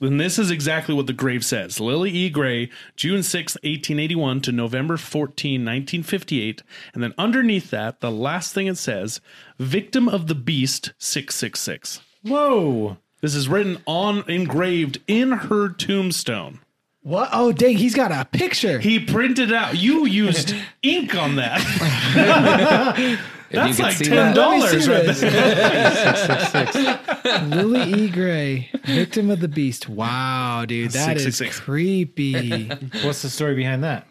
Speaker 3: And this is exactly what the grave says. Lily E. Gray, June 6, 1881 to November 14, 1958. And then underneath that, the last thing it says, victim of the beast 666.
Speaker 1: Whoa.
Speaker 3: This is written on engraved in her tombstone.
Speaker 4: What? Oh, dang, he's got a picture.
Speaker 3: He printed out. You used ink on that. That's
Speaker 2: could
Speaker 3: like
Speaker 2: see
Speaker 3: ten
Speaker 2: that-
Speaker 4: Let me see
Speaker 3: dollars right
Speaker 4: this.
Speaker 3: there.
Speaker 4: [LAUGHS]
Speaker 3: [LAUGHS]
Speaker 4: Lily E. Gray, victim of the beast. Wow, dude, that is
Speaker 3: 666.
Speaker 4: creepy.
Speaker 1: What's the story behind that?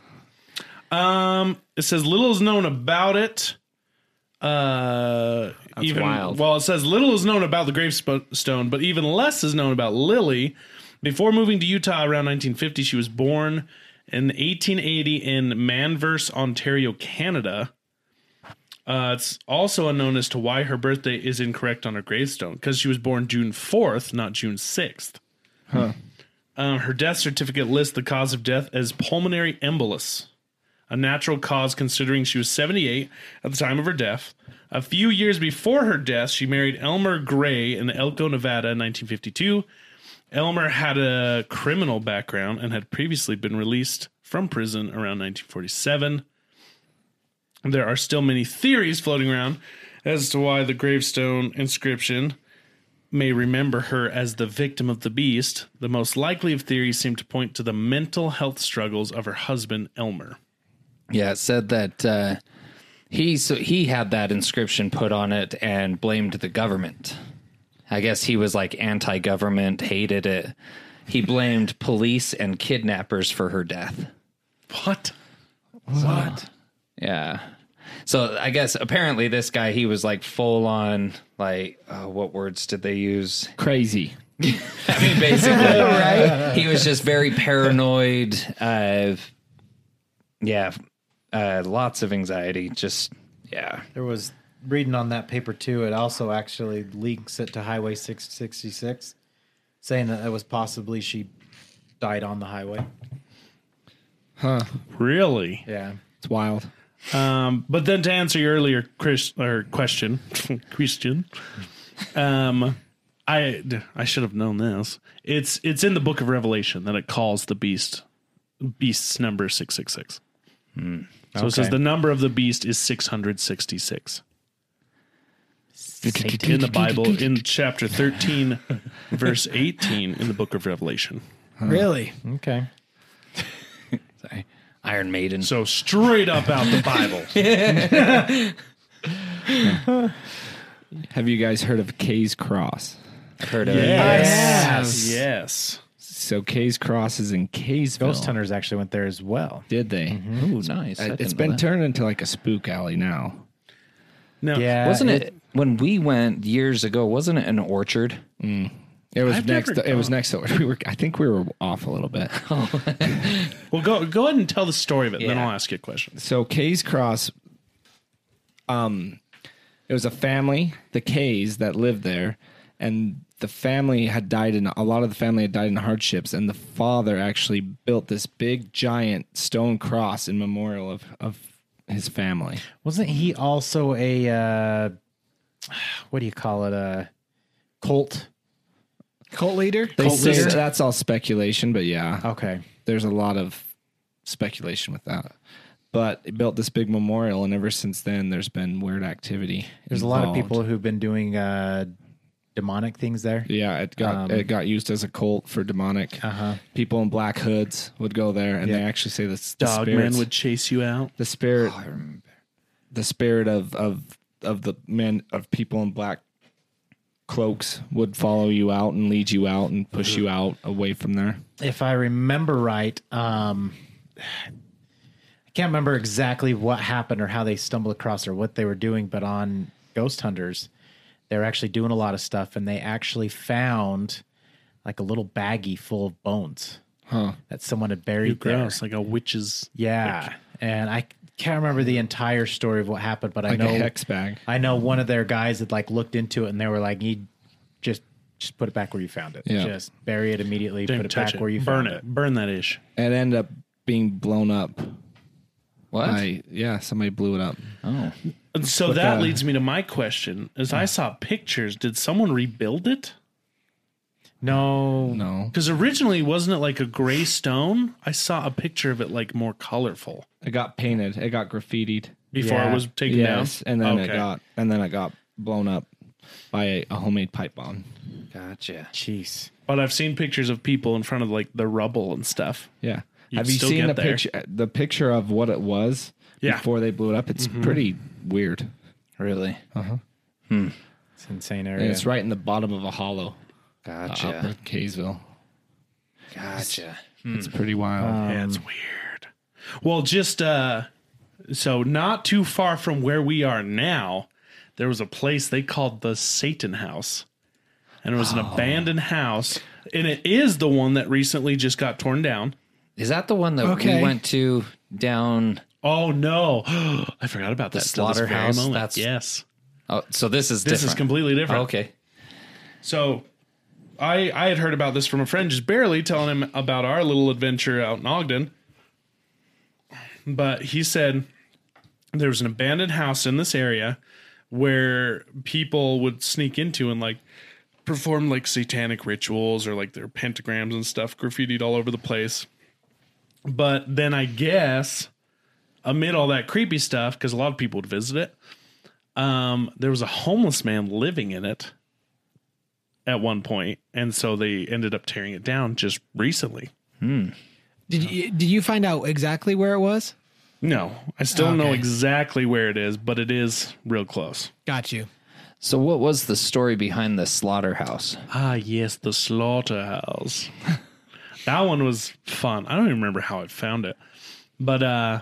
Speaker 3: Um, it says little is known about it. Uh, even
Speaker 2: wild.
Speaker 3: well, it says little is known about the gravestone, but even less is known about Lily. Before moving to Utah around 1950, she was born in 1880 in Manverse, Ontario, Canada. Uh, it's also unknown as to why her birthday is incorrect on her gravestone because she was born June 4th, not June 6th. Um, her death certificate lists the cause of death as pulmonary embolus a natural cause considering she was 78 at the time of her death. A few years before her death, she married Elmer Gray in Elko, Nevada in 1952. Elmer had a criminal background and had previously been released from prison around 1947. There are still many theories floating around as to why the gravestone inscription may remember her as the victim of the beast. The most likely of theories seem to point to the mental health struggles of her husband, Elmer.
Speaker 2: Yeah, it said that uh, he so he had that inscription put on it and blamed the government. I guess he was like anti-government, hated it. He blamed police and kidnappers for her death.
Speaker 3: What?
Speaker 2: Yeah. So I guess apparently this guy he was like full on like uh, what words did they use?
Speaker 5: Crazy.
Speaker 2: I mean
Speaker 3: [LAUGHS]
Speaker 2: basically he was just very paranoid. Uh, yeah, uh, lots of anxiety. Just yeah.
Speaker 1: There was reading on that paper too. It also actually links it to Highway 666, saying that it was possibly she died on the highway.
Speaker 3: Really?
Speaker 1: Yeah.
Speaker 5: It's wild.
Speaker 3: Um, but then to answer your earlier Chris, or question, [LAUGHS] question, um, I I should have known this. It's it's in the Book of Revelation that it calls the beast beast's number six six six. So it says the number of the beast is six hundred sixty six in the Bible in chapter thirteen, [LAUGHS] verse eighteen in the Book of Revelation.
Speaker 4: really?
Speaker 1: Okay.
Speaker 2: Sorry. Iron Maiden.
Speaker 3: So straight up out the Bible.
Speaker 5: Have you guys heard of K's Cross?
Speaker 2: heard of it.
Speaker 3: yes, yes.
Speaker 5: So K's Cross is in Kaysville.
Speaker 1: Ghost hunters actually went there as well.
Speaker 5: Did they?
Speaker 2: Ooh, nice. I
Speaker 5: Uh, It's
Speaker 2: didn't know
Speaker 5: been
Speaker 2: that.
Speaker 5: turned into like a spook alley now.
Speaker 3: No,
Speaker 1: Yeah.
Speaker 2: wasn't it, when we went years ago? Wasn't it an orchard?
Speaker 5: It was
Speaker 3: I've
Speaker 5: next.
Speaker 3: never
Speaker 5: It was next. to We were. I think we were off a little bit.
Speaker 3: Well, go go ahead and tell the story of it, and then
Speaker 5: Yeah.
Speaker 3: I'll ask you a question.
Speaker 5: so K's Cross, um, it was a family, the K's that lived there, and the family had died in a lot of the family had died in hardships, and the father actually built this big giant stone cross in memorial of of his family.
Speaker 1: Wasn't he also a uh, what do you call it? A cult?
Speaker 4: Cult leader?
Speaker 5: They
Speaker 1: Cult
Speaker 5: say
Speaker 1: leader?
Speaker 5: that's all speculation, but yeah,
Speaker 1: Okay.
Speaker 5: there's a lot of speculation with that. But it built this big memorial, and ever since then, there's been weird activity.
Speaker 1: There's a lot of
Speaker 5: involved.
Speaker 1: people who've been doing uh, demonic things there.
Speaker 5: Yeah, it got
Speaker 1: Um,
Speaker 5: it got used as a cult for demonic.
Speaker 1: Uh-huh.
Speaker 5: People in black hoods would go there, and they
Speaker 1: Yeah.
Speaker 5: actually say this the
Speaker 3: Dog
Speaker 5: spirits-
Speaker 3: man would chase you out.
Speaker 5: the spirit, the spirit of of of the men of people in black cloaks would follow you out and lead you out and push you out away from there.
Speaker 1: If I remember right, um, I can't remember exactly what happened or how they stumbled across or what they were doing, but on Ghost Hunters, they were actually doing a lot of stuff, and they actually found like a little baggie full of bones
Speaker 5: Huh.
Speaker 1: that someone had buried
Speaker 3: You
Speaker 1: there.
Speaker 3: gross, like a witch's.
Speaker 1: Yeah, and I can't remember the entire story of what happened, but I
Speaker 5: Like
Speaker 1: know
Speaker 5: a hex bag.
Speaker 1: I know one of their guys had like looked into it and they were like, "You just just put it back where you found it.
Speaker 5: Yeah.
Speaker 1: Just bury it immediately.
Speaker 3: Don't
Speaker 1: put it
Speaker 3: touch
Speaker 1: back where you
Speaker 3: burn
Speaker 1: found
Speaker 3: it. Burn that ish.
Speaker 5: It ended up being blown up.
Speaker 2: What?
Speaker 5: I yeah, somebody blew it up.
Speaker 2: oh.
Speaker 3: And so that
Speaker 5: uh,
Speaker 3: leads me to my question: As I saw pictures, did someone rebuild it?
Speaker 1: No,
Speaker 5: No,
Speaker 3: Because originally, wasn't it like a gray stone? I saw a picture of it like more colorful
Speaker 5: it got painted. It got graffitied.
Speaker 3: before
Speaker 1: Yeah.
Speaker 3: it was taken
Speaker 5: Yes,
Speaker 3: down.
Speaker 5: and then
Speaker 3: Okay.
Speaker 5: it got and then it got blown up by a, a homemade pipe bomb.
Speaker 2: Gotcha.
Speaker 1: jeez.
Speaker 3: But I've seen pictures of people in front of like the rubble and stuff.
Speaker 5: Yeah.
Speaker 3: You
Speaker 5: Have
Speaker 3: can
Speaker 5: you
Speaker 3: still
Speaker 5: seen
Speaker 3: get
Speaker 5: the
Speaker 3: there.
Speaker 5: picture the picture of what it was
Speaker 3: Yeah. Mm-hmm.
Speaker 5: before they blew it up? It's pretty weird. And
Speaker 2: Really?
Speaker 1: Uh-huh. It's an insane area.
Speaker 5: it's right in the bottom of a hollow
Speaker 2: Gotcha.
Speaker 5: up in Kaysville.
Speaker 2: Gotcha.
Speaker 5: It's pretty wild.
Speaker 3: yeah, it's weird. Well, just uh so not too far from where we are now, there was a place they called the Satan House. And it was
Speaker 2: Oh.
Speaker 3: an abandoned house. And it is the one that recently just got torn down.
Speaker 2: Is that the one that
Speaker 4: Okay.
Speaker 2: we went to down?
Speaker 3: Oh no. [GASPS] I forgot about that.
Speaker 2: That
Speaker 3: till this very
Speaker 2: slaughterhouse,
Speaker 3: moment.
Speaker 2: that's-
Speaker 3: yes.
Speaker 2: Oh, so this is
Speaker 3: This
Speaker 2: different.
Speaker 3: is completely different.
Speaker 2: okay.
Speaker 3: So I I had heard about this from a friend just barely telling him about our little adventure out in Ogden. But he said there was an abandoned house in this area where people would sneak into and like perform like satanic rituals or like their pentagrams and stuff graffitied all over the place. But then I guess amid all that creepy stuff, because a lot of people would visit it, um, there was a homeless man living in it at one point, and so they ended up tearing it down just recently.
Speaker 4: Did you, did you find out exactly where it was?
Speaker 3: No, I still don't know
Speaker 4: Okay.
Speaker 3: exactly where it is, but it is real close.
Speaker 4: Got you.
Speaker 2: So what was the story behind the slaughterhouse?
Speaker 3: Ah, yes, the slaughterhouse. [LAUGHS] that one was fun. I don't even remember how I found it, but uh,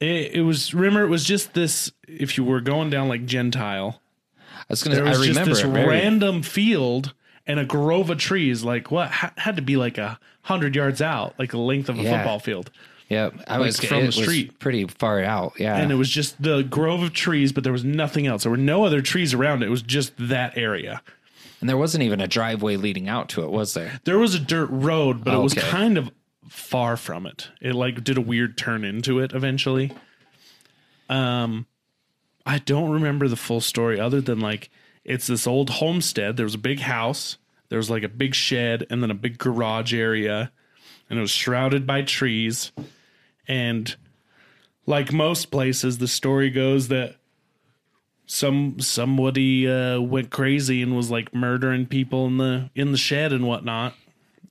Speaker 3: it it was. Remember, it was just this. If you were going down like Gentile,
Speaker 2: I was gonna.
Speaker 3: there was
Speaker 2: I
Speaker 3: just
Speaker 2: remember
Speaker 3: this
Speaker 2: it very-
Speaker 3: random field and a grove of trees. Like what ha- had to be like a hundred yards out, like the length of a
Speaker 2: Yeah.
Speaker 3: football field.
Speaker 2: Yeah, I was
Speaker 3: from
Speaker 2: it
Speaker 3: the
Speaker 2: was
Speaker 3: street.
Speaker 2: pretty far out. Yeah,
Speaker 3: and it was just the grove of trees, but there was nothing else. There were no other trees around. It was just that area.
Speaker 2: and there wasn't even a driveway leading out to it, was there?
Speaker 3: There was a dirt road, but it was
Speaker 2: Okay.
Speaker 3: kind of far from it. It like did a weird turn into it eventually. Um, I don't remember the full story other than like it's this old homestead. There was a big house. There was like a big shed and then a big garage area, and it was shrouded by trees. And like most places, the story goes that some somebody uh, went crazy and was like murdering people in the in the shed and whatnot,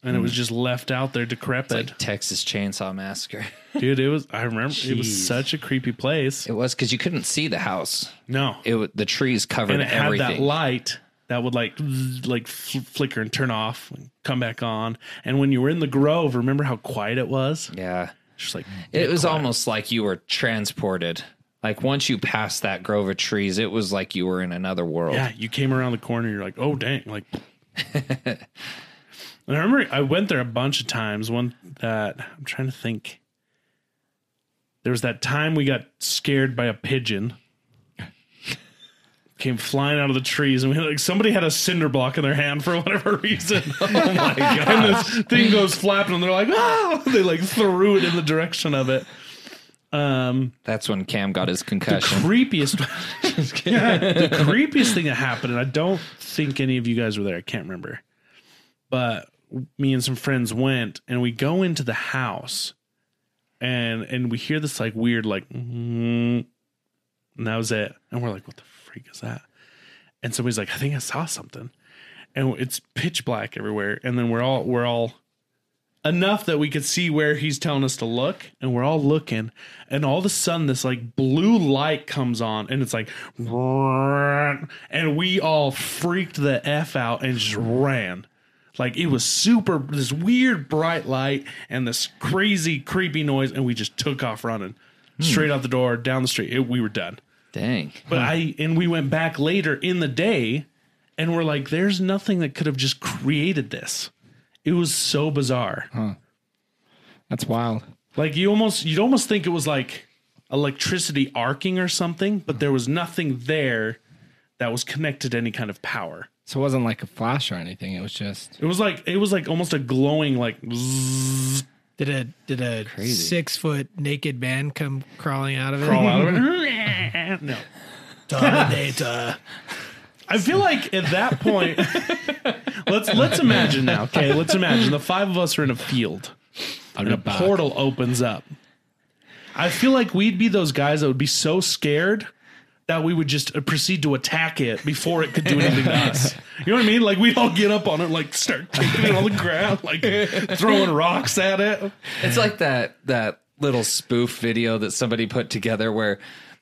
Speaker 3: and it was just left out there decrepit.
Speaker 2: Like Texas Chainsaw Massacre. [LAUGHS]
Speaker 3: Dude, it was. I remember it
Speaker 1: Jeez.
Speaker 3: was such a creepy place.
Speaker 2: It was because you couldn't see the house.
Speaker 3: No,
Speaker 2: It wa- the trees covered
Speaker 3: and it had
Speaker 2: everything.
Speaker 3: that light that would like zzz, like fl- flicker and turn off and come back on. And when you were in the grove, remember how quiet it was?
Speaker 2: yeah,
Speaker 3: Just like
Speaker 2: it was almost like you were transported. Like once you passed that grove of trees, it was like you were in another world.
Speaker 3: [LAUGHS] yeah, you came around the corner. You're like, oh dang, like And I remember I went there a bunch of times. One that I'm trying to think. There was that time we got scared by a [LAUGHS] pigeon. Came flying out of the trees, and we like somebody had a cinder block in their hand for whatever reason. [LAUGHS] oh my god! And this thing goes flapping, and they're like, "Ah!" [LAUGHS] They like threw it in the direction of it. Um,
Speaker 2: That's when Cam got his
Speaker 3: [LAUGHS]
Speaker 2: concussion.
Speaker 3: creepiest [LAUGHS] Yeah, the creepiest thing that happened and i don't think any of you guys were there i can't remember but me and some friends went and we go into the house and and we hear this like weird like mm, and that was it and we're like what the freak is that and somebody's like i think i saw something and it's pitch black everywhere and then we're all we're all enough that we could see where he's telling us to look and we're all looking and all of a sudden this like blue light comes on and it's like [LAUGHS] and we all freaked the f out and just ran like it was super this weird bright light and this crazy creepy noise and we just took off running straight out the door down the street It- we were done
Speaker 2: Dang.
Speaker 3: but I and we went back later in the day and we're like, there's nothing that could have just created this. It was so bizarre.
Speaker 5: That's wild.
Speaker 3: Like you almost you'd almost think it was like electricity arcing or something, but there was nothing there that was connected to any kind of power.
Speaker 5: So it wasn't like a flash or anything. It was just
Speaker 3: It was like it was like almost a glowing like zzz,
Speaker 4: Did a did a six foot naked man come crawling out of it?
Speaker 3: crawl out of it. no.
Speaker 4: [LAUGHS] Terminator.
Speaker 3: I feel like at that point, [LAUGHS] let's let's imagine now. Okay, let's imagine the five of us are in a field, and a portal opens up. I feel like we'd be those guys that would be so scared that we would just uh, proceed to attack it before it could do anything to us. You know what I mean? Like we'd all get up on it, like start kicking it on the ground, like throwing rocks at it.
Speaker 2: It's like that that little spoof video that somebody put together where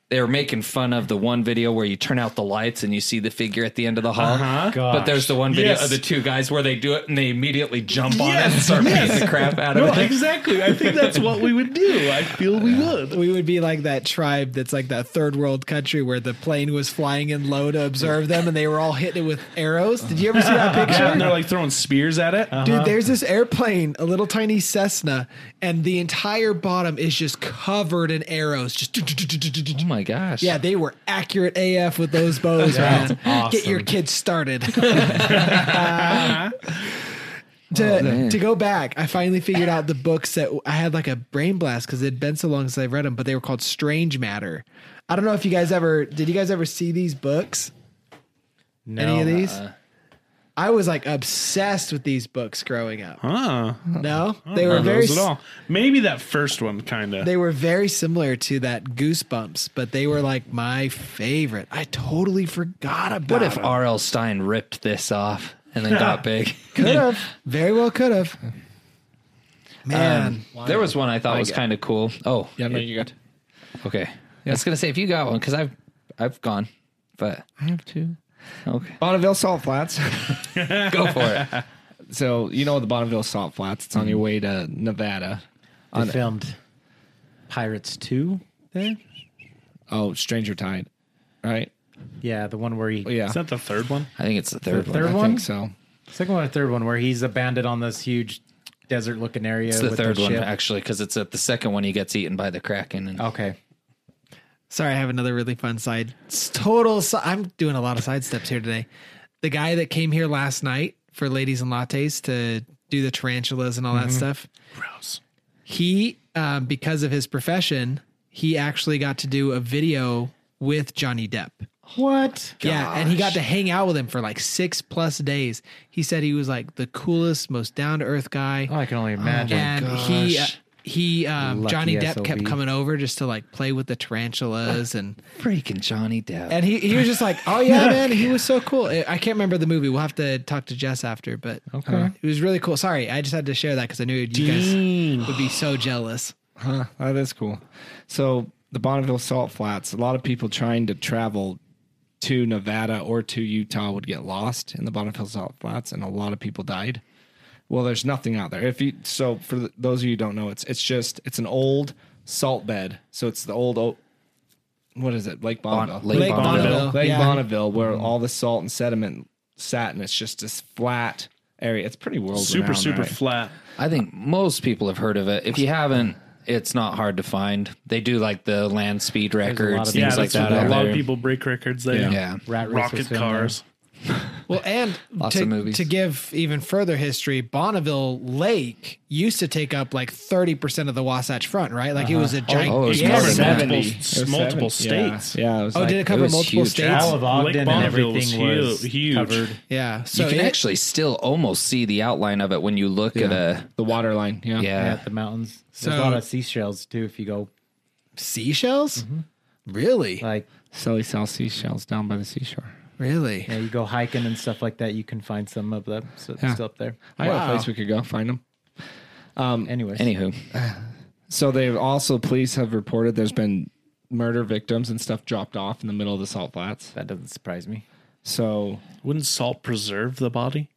Speaker 2: they were making fun of the one video where you turn out the lights and you see the figure at the end of the hall. But there's the one video
Speaker 3: Uh-huh. Yes.
Speaker 2: of the two guys where they do it and they immediately jump on it and
Speaker 3: Yes.
Speaker 2: start beating the crap out of
Speaker 3: No,
Speaker 2: it.
Speaker 3: exactly. I think that's what we would do. I feel we would.
Speaker 4: We would be like that tribe that's like that third world country where the plane was flying in low to observe them and they were all hitting it with arrows. Did you ever see that picture? [LAUGHS]
Speaker 3: Yeah, and they're like throwing spears at it.
Speaker 4: Dude, there's this airplane, a little tiny Cessna, and the entire bottom is just covered in arrows. Just
Speaker 2: Oh my gosh.
Speaker 4: yeah, they were accurate AF with those bows. man. Get your kids
Speaker 3: [LAUGHS]
Speaker 4: started. [LAUGHS]
Speaker 3: Oh,
Speaker 4: to to go back, I finally figured out the books that I had like a brain blast because it had been so long since I've read them, but they were called Strange Matter. I don't know if you guys ever did. You guys ever see these books?
Speaker 1: No.
Speaker 4: Any of these?
Speaker 3: uh,
Speaker 4: I was like obsessed with these books growing up.
Speaker 3: Huh.
Speaker 4: No, they
Speaker 3: Or
Speaker 4: were very.
Speaker 3: those at
Speaker 4: s-
Speaker 3: all. Maybe that first one kind of.
Speaker 4: They were very similar to that Goosebumps, but they were like my favorite. I totally forgot about
Speaker 2: What if
Speaker 4: them.
Speaker 2: R.L. Stein ripped this off and then
Speaker 3: [LAUGHS]
Speaker 2: got big?
Speaker 4: could have very well could have. Man,
Speaker 2: There was one I thought was kind of cool. Oh,
Speaker 5: yeah. No, you got.
Speaker 2: okay. I was gonna say if you got one because I've I've gone, but
Speaker 5: I have two.
Speaker 2: okay,
Speaker 5: Bonneville Salt Flats. [LAUGHS]
Speaker 2: go for it.
Speaker 5: so you know the Bonneville Salt Flats. It's on
Speaker 3: Mm-hmm.
Speaker 5: your way to Nevada.
Speaker 1: They filmed Pirates 2 there?
Speaker 5: Oh, Stranger Tide, right?
Speaker 1: Yeah, the one where he.
Speaker 5: Oh, Yeah,
Speaker 3: Is that the third one?
Speaker 2: I think it's the third,
Speaker 1: third
Speaker 5: I
Speaker 1: one?
Speaker 5: think so.
Speaker 1: Second one or third one where he's abandoned on this huge desert looking area.
Speaker 2: It's the
Speaker 1: with
Speaker 2: third one
Speaker 1: ship.
Speaker 2: actually because it's at the second one he gets eaten by the kraken. And
Speaker 1: Okay.
Speaker 4: sorry, I have another really fun side. It's total. si- I'm doing a lot of side steps here today. The guy that came here last night for ladies and lattes to do the tarantulas and all
Speaker 1: Mm-hmm.
Speaker 4: that stuff.
Speaker 3: Gross.
Speaker 4: he um, because of his profession he actually got to do a video with johnny depp
Speaker 1: What?
Speaker 4: yeah and he got to hang out with him for like six plus days he said he was like the coolest most down-to-earth guy
Speaker 1: Oh, I can only
Speaker 5: Uh,
Speaker 1: imagine.
Speaker 4: and he uh,
Speaker 1: gosh.
Speaker 4: he um,
Speaker 1: Lucky
Speaker 4: johnny depp kept
Speaker 1: SOB.
Speaker 4: coming over just to like play with the tarantulas and
Speaker 2: freaking Johnny Depp.
Speaker 4: [LAUGHS] and he, he was just like oh yeah man he was so cool i I can't remember the movie we'll have to talk to jess after but okay. it was really cool sorry i just had to share that because i knew you guys would be so jealous
Speaker 5: Huh, oh, that's cool. So the Bonneville Salt Flats, a lot of people trying to travel to Nevada or to Utah would get lost in the Bonneville Salt Flats, and a lot of people died. Well, there's nothing out there. If you so for th- those of you who don't know, it's it's just it's an old salt bed. So it's the old o- what is it Lake Bonneville,
Speaker 2: Lake Lake Bonneville.
Speaker 4: Bonneville,
Speaker 5: Lake
Speaker 4: yeah. Mm-hmm.
Speaker 5: Bonneville, where all the salt and sediment sat, and it's just this flat area. It's pretty world
Speaker 3: Super, super flat.
Speaker 2: I think most people have heard of it. If you haven't, it's not hard to find. They do like the land speed records,
Speaker 1: of- Yeah,
Speaker 2: things
Speaker 3: Yeah,
Speaker 2: like
Speaker 3: that's
Speaker 2: that.
Speaker 3: what-
Speaker 2: out
Speaker 3: a lot
Speaker 2: there.
Speaker 3: of people break records there.
Speaker 2: Yeah.
Speaker 1: Rat race was
Speaker 3: Rocket
Speaker 1: filmed
Speaker 3: cars.
Speaker 4: Well, and
Speaker 2: Lots
Speaker 4: to,
Speaker 2: of movies.
Speaker 4: to give even further history, Bonneville Lake used to take up like 30% of the Wasatch Front, right? Like it was a giant.
Speaker 2: oh, it was
Speaker 4: yeah.
Speaker 2: covered in that.
Speaker 3: Multiple- multiple states.
Speaker 5: Yeah, yeah, it was
Speaker 4: Oh,
Speaker 5: like-
Speaker 4: did it cover
Speaker 2: was
Speaker 4: multiple
Speaker 2: huge.
Speaker 1: there.
Speaker 4: states?
Speaker 1: Isle of Ogden and
Speaker 3: Bonneville was
Speaker 1: everything
Speaker 3: hu-
Speaker 1: was
Speaker 3: huge.
Speaker 1: covered.
Speaker 4: Yeah. So
Speaker 2: you can
Speaker 4: it-
Speaker 2: actually still almost see the outline of it when you look at a
Speaker 5: the water line. Yeah.
Speaker 2: Oh, yeah.
Speaker 1: at the mountains. There's a
Speaker 4: So-
Speaker 1: lot of seashells too. If you go
Speaker 4: seashells? Mm-hmm. Really?
Speaker 1: like
Speaker 5: Sally sells seashells down by the seashore.
Speaker 4: really?
Speaker 1: yeah, you go hiking and stuff like that, you can find some of them so,
Speaker 5: Yeah.
Speaker 1: still up there.
Speaker 5: I got
Speaker 4: Wow.
Speaker 5: a place we could go find them.
Speaker 1: Anyways,
Speaker 2: Anywho,
Speaker 5: So they've also police have reported there's been murder victims and stuff dropped off in the middle of the salt flats.
Speaker 1: that doesn't surprise me.
Speaker 5: So
Speaker 3: Wouldn't salt preserve the body?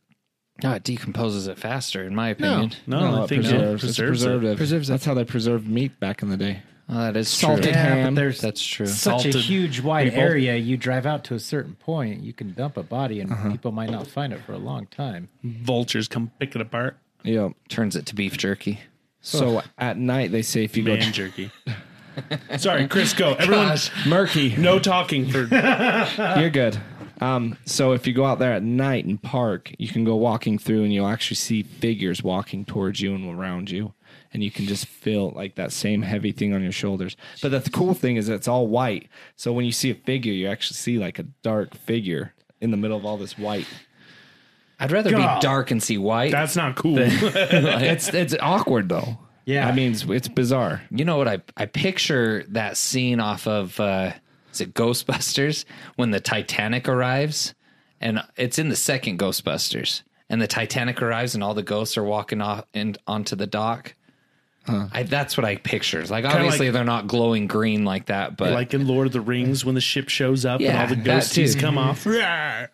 Speaker 2: no, it decomposes it faster, in my opinion.
Speaker 3: No, I
Speaker 5: it
Speaker 3: think
Speaker 5: preserves,
Speaker 3: it
Speaker 5: it's
Speaker 3: preserves it.
Speaker 5: preservative.
Speaker 4: Preserves it.
Speaker 5: That's how they preserved meat back in the day.
Speaker 2: Oh, that is
Speaker 5: Salted
Speaker 2: true.
Speaker 5: ham.
Speaker 1: but there's
Speaker 2: That's true.
Speaker 1: such a
Speaker 3: salted
Speaker 1: huge wide
Speaker 5: people.
Speaker 1: area. You drive out to a certain point, you can dump a body, and people might not find it for a long time.
Speaker 3: Vultures come pick it apart.
Speaker 5: Yeah.
Speaker 2: Turns it to beef jerky.
Speaker 5: So at night they say if you
Speaker 3: Man jerky. [LAUGHS] Sorry, Chris, go. Everyone,
Speaker 5: go murky,
Speaker 3: no talking for
Speaker 5: You're good. Um, so if you go out there at night and park, you can go walking through and you'll actually see figures walking towards you and around you. And you can just feel like that same heavy thing on your shoulders. But the cool thing is it's all white. So when you see a figure, you actually see like a dark figure in the middle of all this white.
Speaker 2: I'd rather
Speaker 3: God.
Speaker 2: be dark and see white.
Speaker 3: that's not
Speaker 2: [LAUGHS]
Speaker 3: cool. [LAUGHS]
Speaker 5: It's it's awkward though.
Speaker 1: Yeah.
Speaker 5: I mean it's, it's bizarre.
Speaker 2: You know what I I picture that scene off of uh is it Ghostbusters when the Titanic arrives and it's in the second Ghostbusters and the Titanic arrives and all the ghosts are walking off and onto the dock. I, that's what I picture. Like obviously
Speaker 3: like-
Speaker 2: they're not glowing green like that, but
Speaker 3: like in Lord of the Rings when the ship shows up
Speaker 2: Yeah,
Speaker 3: and all the
Speaker 2: that
Speaker 3: ghosties
Speaker 2: too.
Speaker 3: come off. but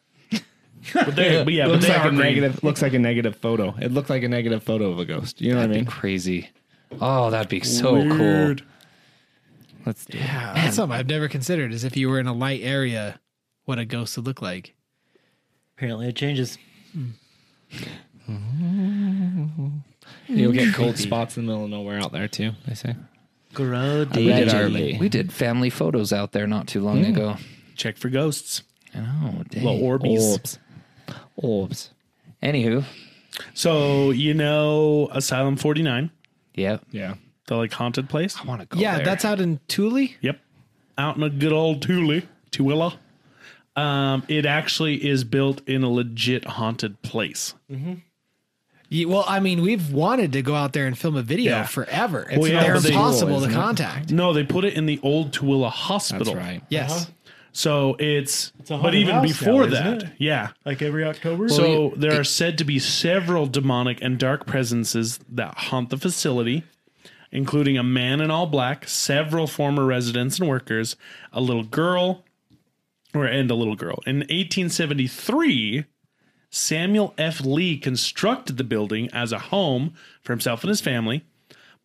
Speaker 3: they, but yeah, but
Speaker 5: Looks
Speaker 3: they
Speaker 5: like
Speaker 3: are
Speaker 5: a
Speaker 3: negative.
Speaker 5: negative looks like a negative photo. It looked like a negative photo of a ghost. You know what I mean?
Speaker 2: crazy. Oh, that'd be so
Speaker 3: Weird.
Speaker 2: cool.
Speaker 5: Let's do it.
Speaker 4: That's something I've never considered is if you were in a light area, what a ghost would look like.
Speaker 1: Apparently, it changes.
Speaker 5: You'll get cold spots in the middle of nowhere out there too, they say.
Speaker 2: We did, our,
Speaker 5: Allegedly.
Speaker 2: we did family photos out there not too long ago.
Speaker 3: Check for ghosts.
Speaker 2: I know. dang.
Speaker 3: Little Orbeez.
Speaker 5: Orbs. Orbs.
Speaker 2: Anywho,
Speaker 3: So, you know, Asylum 49,
Speaker 2: yeah,
Speaker 5: Yeah.
Speaker 3: the like haunted place?
Speaker 2: I want to go.
Speaker 4: yeah,
Speaker 2: there.
Speaker 4: that's out in Thule.
Speaker 3: Yep. Out in a good old Thule, Tooele. Um, it actually is built in a legit haunted place.
Speaker 4: Ye- well, I mean, we've wanted to go out there and film a video
Speaker 3: Yeah.
Speaker 4: forever. It's,
Speaker 3: Well, yeah,
Speaker 4: they're
Speaker 3: but they-
Speaker 4: impossible to
Speaker 5: isn't it?
Speaker 4: contact.
Speaker 3: No, they put it in the old Tooele Hospital.
Speaker 5: That's right.
Speaker 4: Yes.
Speaker 3: So it's,
Speaker 1: a
Speaker 3: but
Speaker 1: haunted
Speaker 3: even
Speaker 1: house
Speaker 3: before
Speaker 1: now, isn't
Speaker 3: that,
Speaker 1: it?
Speaker 3: yeah.
Speaker 1: Like every October.
Speaker 3: So
Speaker 2: you-
Speaker 3: there are said to be several demonic and dark presences that haunt the facility, including a man in all black, several former residents and workers, a little girl, or and a little girl. In 1873, Samuel F. Lee constructed the building as a home for himself and his family.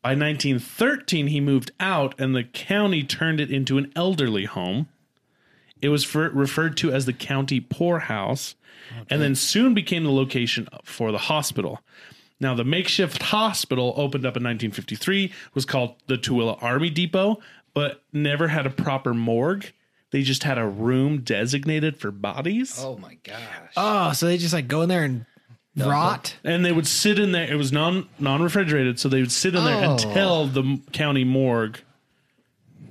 Speaker 3: By 1913, he moved out, and the county turned it into an elderly home. It was for, referred to as the county poorhouse and then soon became the location for the hospital. Now, the makeshift hospital opened up in 1953, was called the Tooele Army Depot, but never had a proper morgue. They just had a room designated for bodies.
Speaker 2: Oh my gosh.
Speaker 4: Oh, so they just like go in there and rot.
Speaker 3: And they would sit in there. It was non non refrigerated, so they would sit in there
Speaker 2: Oh.
Speaker 3: until the m- county morgue,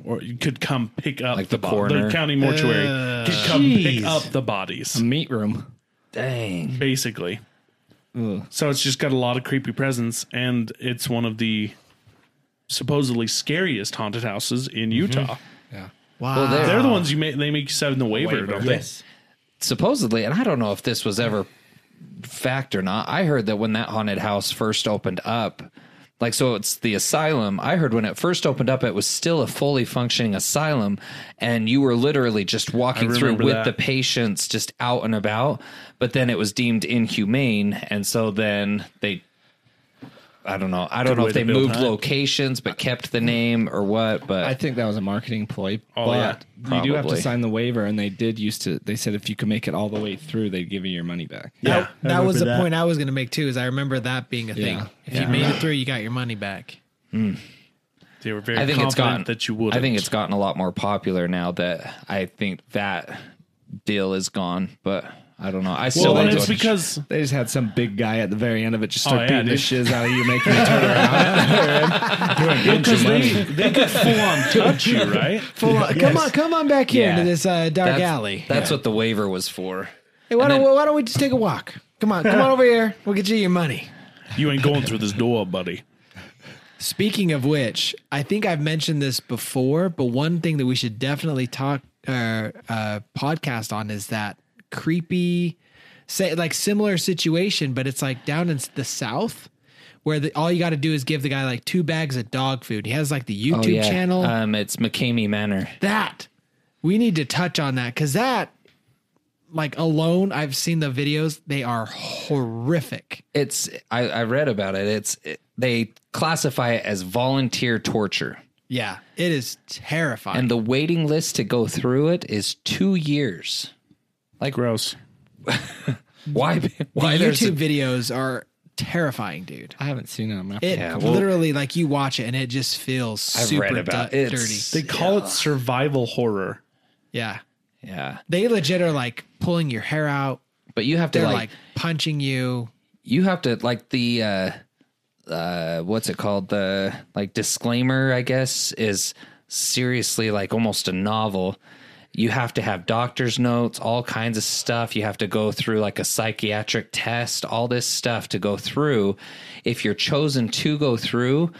Speaker 3: or you could come pick up
Speaker 2: Like the
Speaker 3: bo-
Speaker 2: coroner?
Speaker 3: the county mortuary could come pick up the
Speaker 2: Um,
Speaker 3: bodies.
Speaker 5: Meat room.
Speaker 2: Dang.
Speaker 3: basically. So it's just got a lot of creepy presence, and it's one of the supposedly scariest haunted houses in
Speaker 2: Mm-hmm.
Speaker 3: Utah.
Speaker 4: Wow.
Speaker 2: there-
Speaker 3: They're the ones you make they make you sign the waiver, don't they?
Speaker 2: Supposedly, and I don't know if this was ever fact or not. I heard that when that haunted house first opened up, like so it's the asylum. I heard when it first opened up it was still a fully functioning asylum and you were literally just walking through
Speaker 3: remember
Speaker 2: with
Speaker 3: that.
Speaker 2: the patients just out and about, but then it was deemed inhumane and so then they I don't know. I don't know
Speaker 3: way
Speaker 2: if
Speaker 3: to
Speaker 2: they
Speaker 3: build
Speaker 2: moved
Speaker 3: hype.
Speaker 2: locations but kept the name or what. But
Speaker 5: I think that was a marketing ploy.
Speaker 3: Oh,
Speaker 5: but
Speaker 2: yeah.
Speaker 5: you do have to
Speaker 2: Probably.
Speaker 5: sign the waiver, and they did used to. They said if you could make it all the way through, they'd give you your money back.
Speaker 3: Yeah,
Speaker 4: that, that was the
Speaker 1: that.
Speaker 4: point I was going to make too. Is I remember that being a thing.
Speaker 5: Yeah.
Speaker 4: If you made it through, you got your money back.
Speaker 3: They were very
Speaker 2: I think
Speaker 3: confident
Speaker 2: it's gotten
Speaker 3: that you would.
Speaker 2: I think it's gotten a lot more popular now that I think that deal is gone. But I don't know. I still
Speaker 3: well, and
Speaker 2: enjoy [LAUGHS]
Speaker 3: it's because
Speaker 5: They just had some big guy at the very end of it just
Speaker 3: Oh,
Speaker 5: start
Speaker 3: yeah,
Speaker 5: beating the
Speaker 3: dude.
Speaker 5: shiz out of you, making you turn
Speaker 3: [LAUGHS]
Speaker 5: around.
Speaker 3: because they they could full on touch you, right?
Speaker 4: Full on, Come on, come on back here
Speaker 5: Yeah.
Speaker 4: into this uh, dark
Speaker 2: that's,
Speaker 4: alley.
Speaker 2: That's what the waiver was for.
Speaker 4: Hey, why
Speaker 2: and
Speaker 4: don't
Speaker 2: then-
Speaker 4: why don't we just take a walk? Come on, come on over here. We'll get you your money.
Speaker 3: You ain't going through this door, buddy.
Speaker 4: Speaking of which, I think I've mentioned this before, but one thing that we should definitely talk uh, uh, podcast on is that creepy, say like similar situation, but it's like down in s- the south where the, all you got to do is give the guy like two bags of dog food. He has like the YouTube channel.
Speaker 2: Um, it's McCamey Manor.
Speaker 4: that we need to touch on that because that, like alone, I've seen the videos. They are horrific.
Speaker 2: It's I, I read about it. It's it, they classify it as volunteer torture,
Speaker 4: Yeah, it is terrifying.
Speaker 2: and the waiting list to go through it is two years.
Speaker 3: Gross.
Speaker 2: Why? [LAUGHS] Why
Speaker 4: the
Speaker 2: there's a-
Speaker 4: YouTube videos are terrifying, dude.
Speaker 5: I haven't seen him.
Speaker 4: It
Speaker 2: Yeah, well-
Speaker 4: literally like you watch it and it just feels super
Speaker 2: read about
Speaker 4: du-
Speaker 2: it. It's-
Speaker 4: dirty.
Speaker 3: They call it survival horror.
Speaker 4: yeah,
Speaker 2: yeah,
Speaker 4: they legit are like pulling your hair out.
Speaker 2: but you have to
Speaker 4: They're
Speaker 2: like,
Speaker 4: like, punching you.
Speaker 2: you have to like the uh uh what's it called the like disclaimer i guess is seriously like almost a novel you have to have doctor's notes all kinds of stuff you have to go through like a psychiatric test all this stuff to go through if you're chosen to go through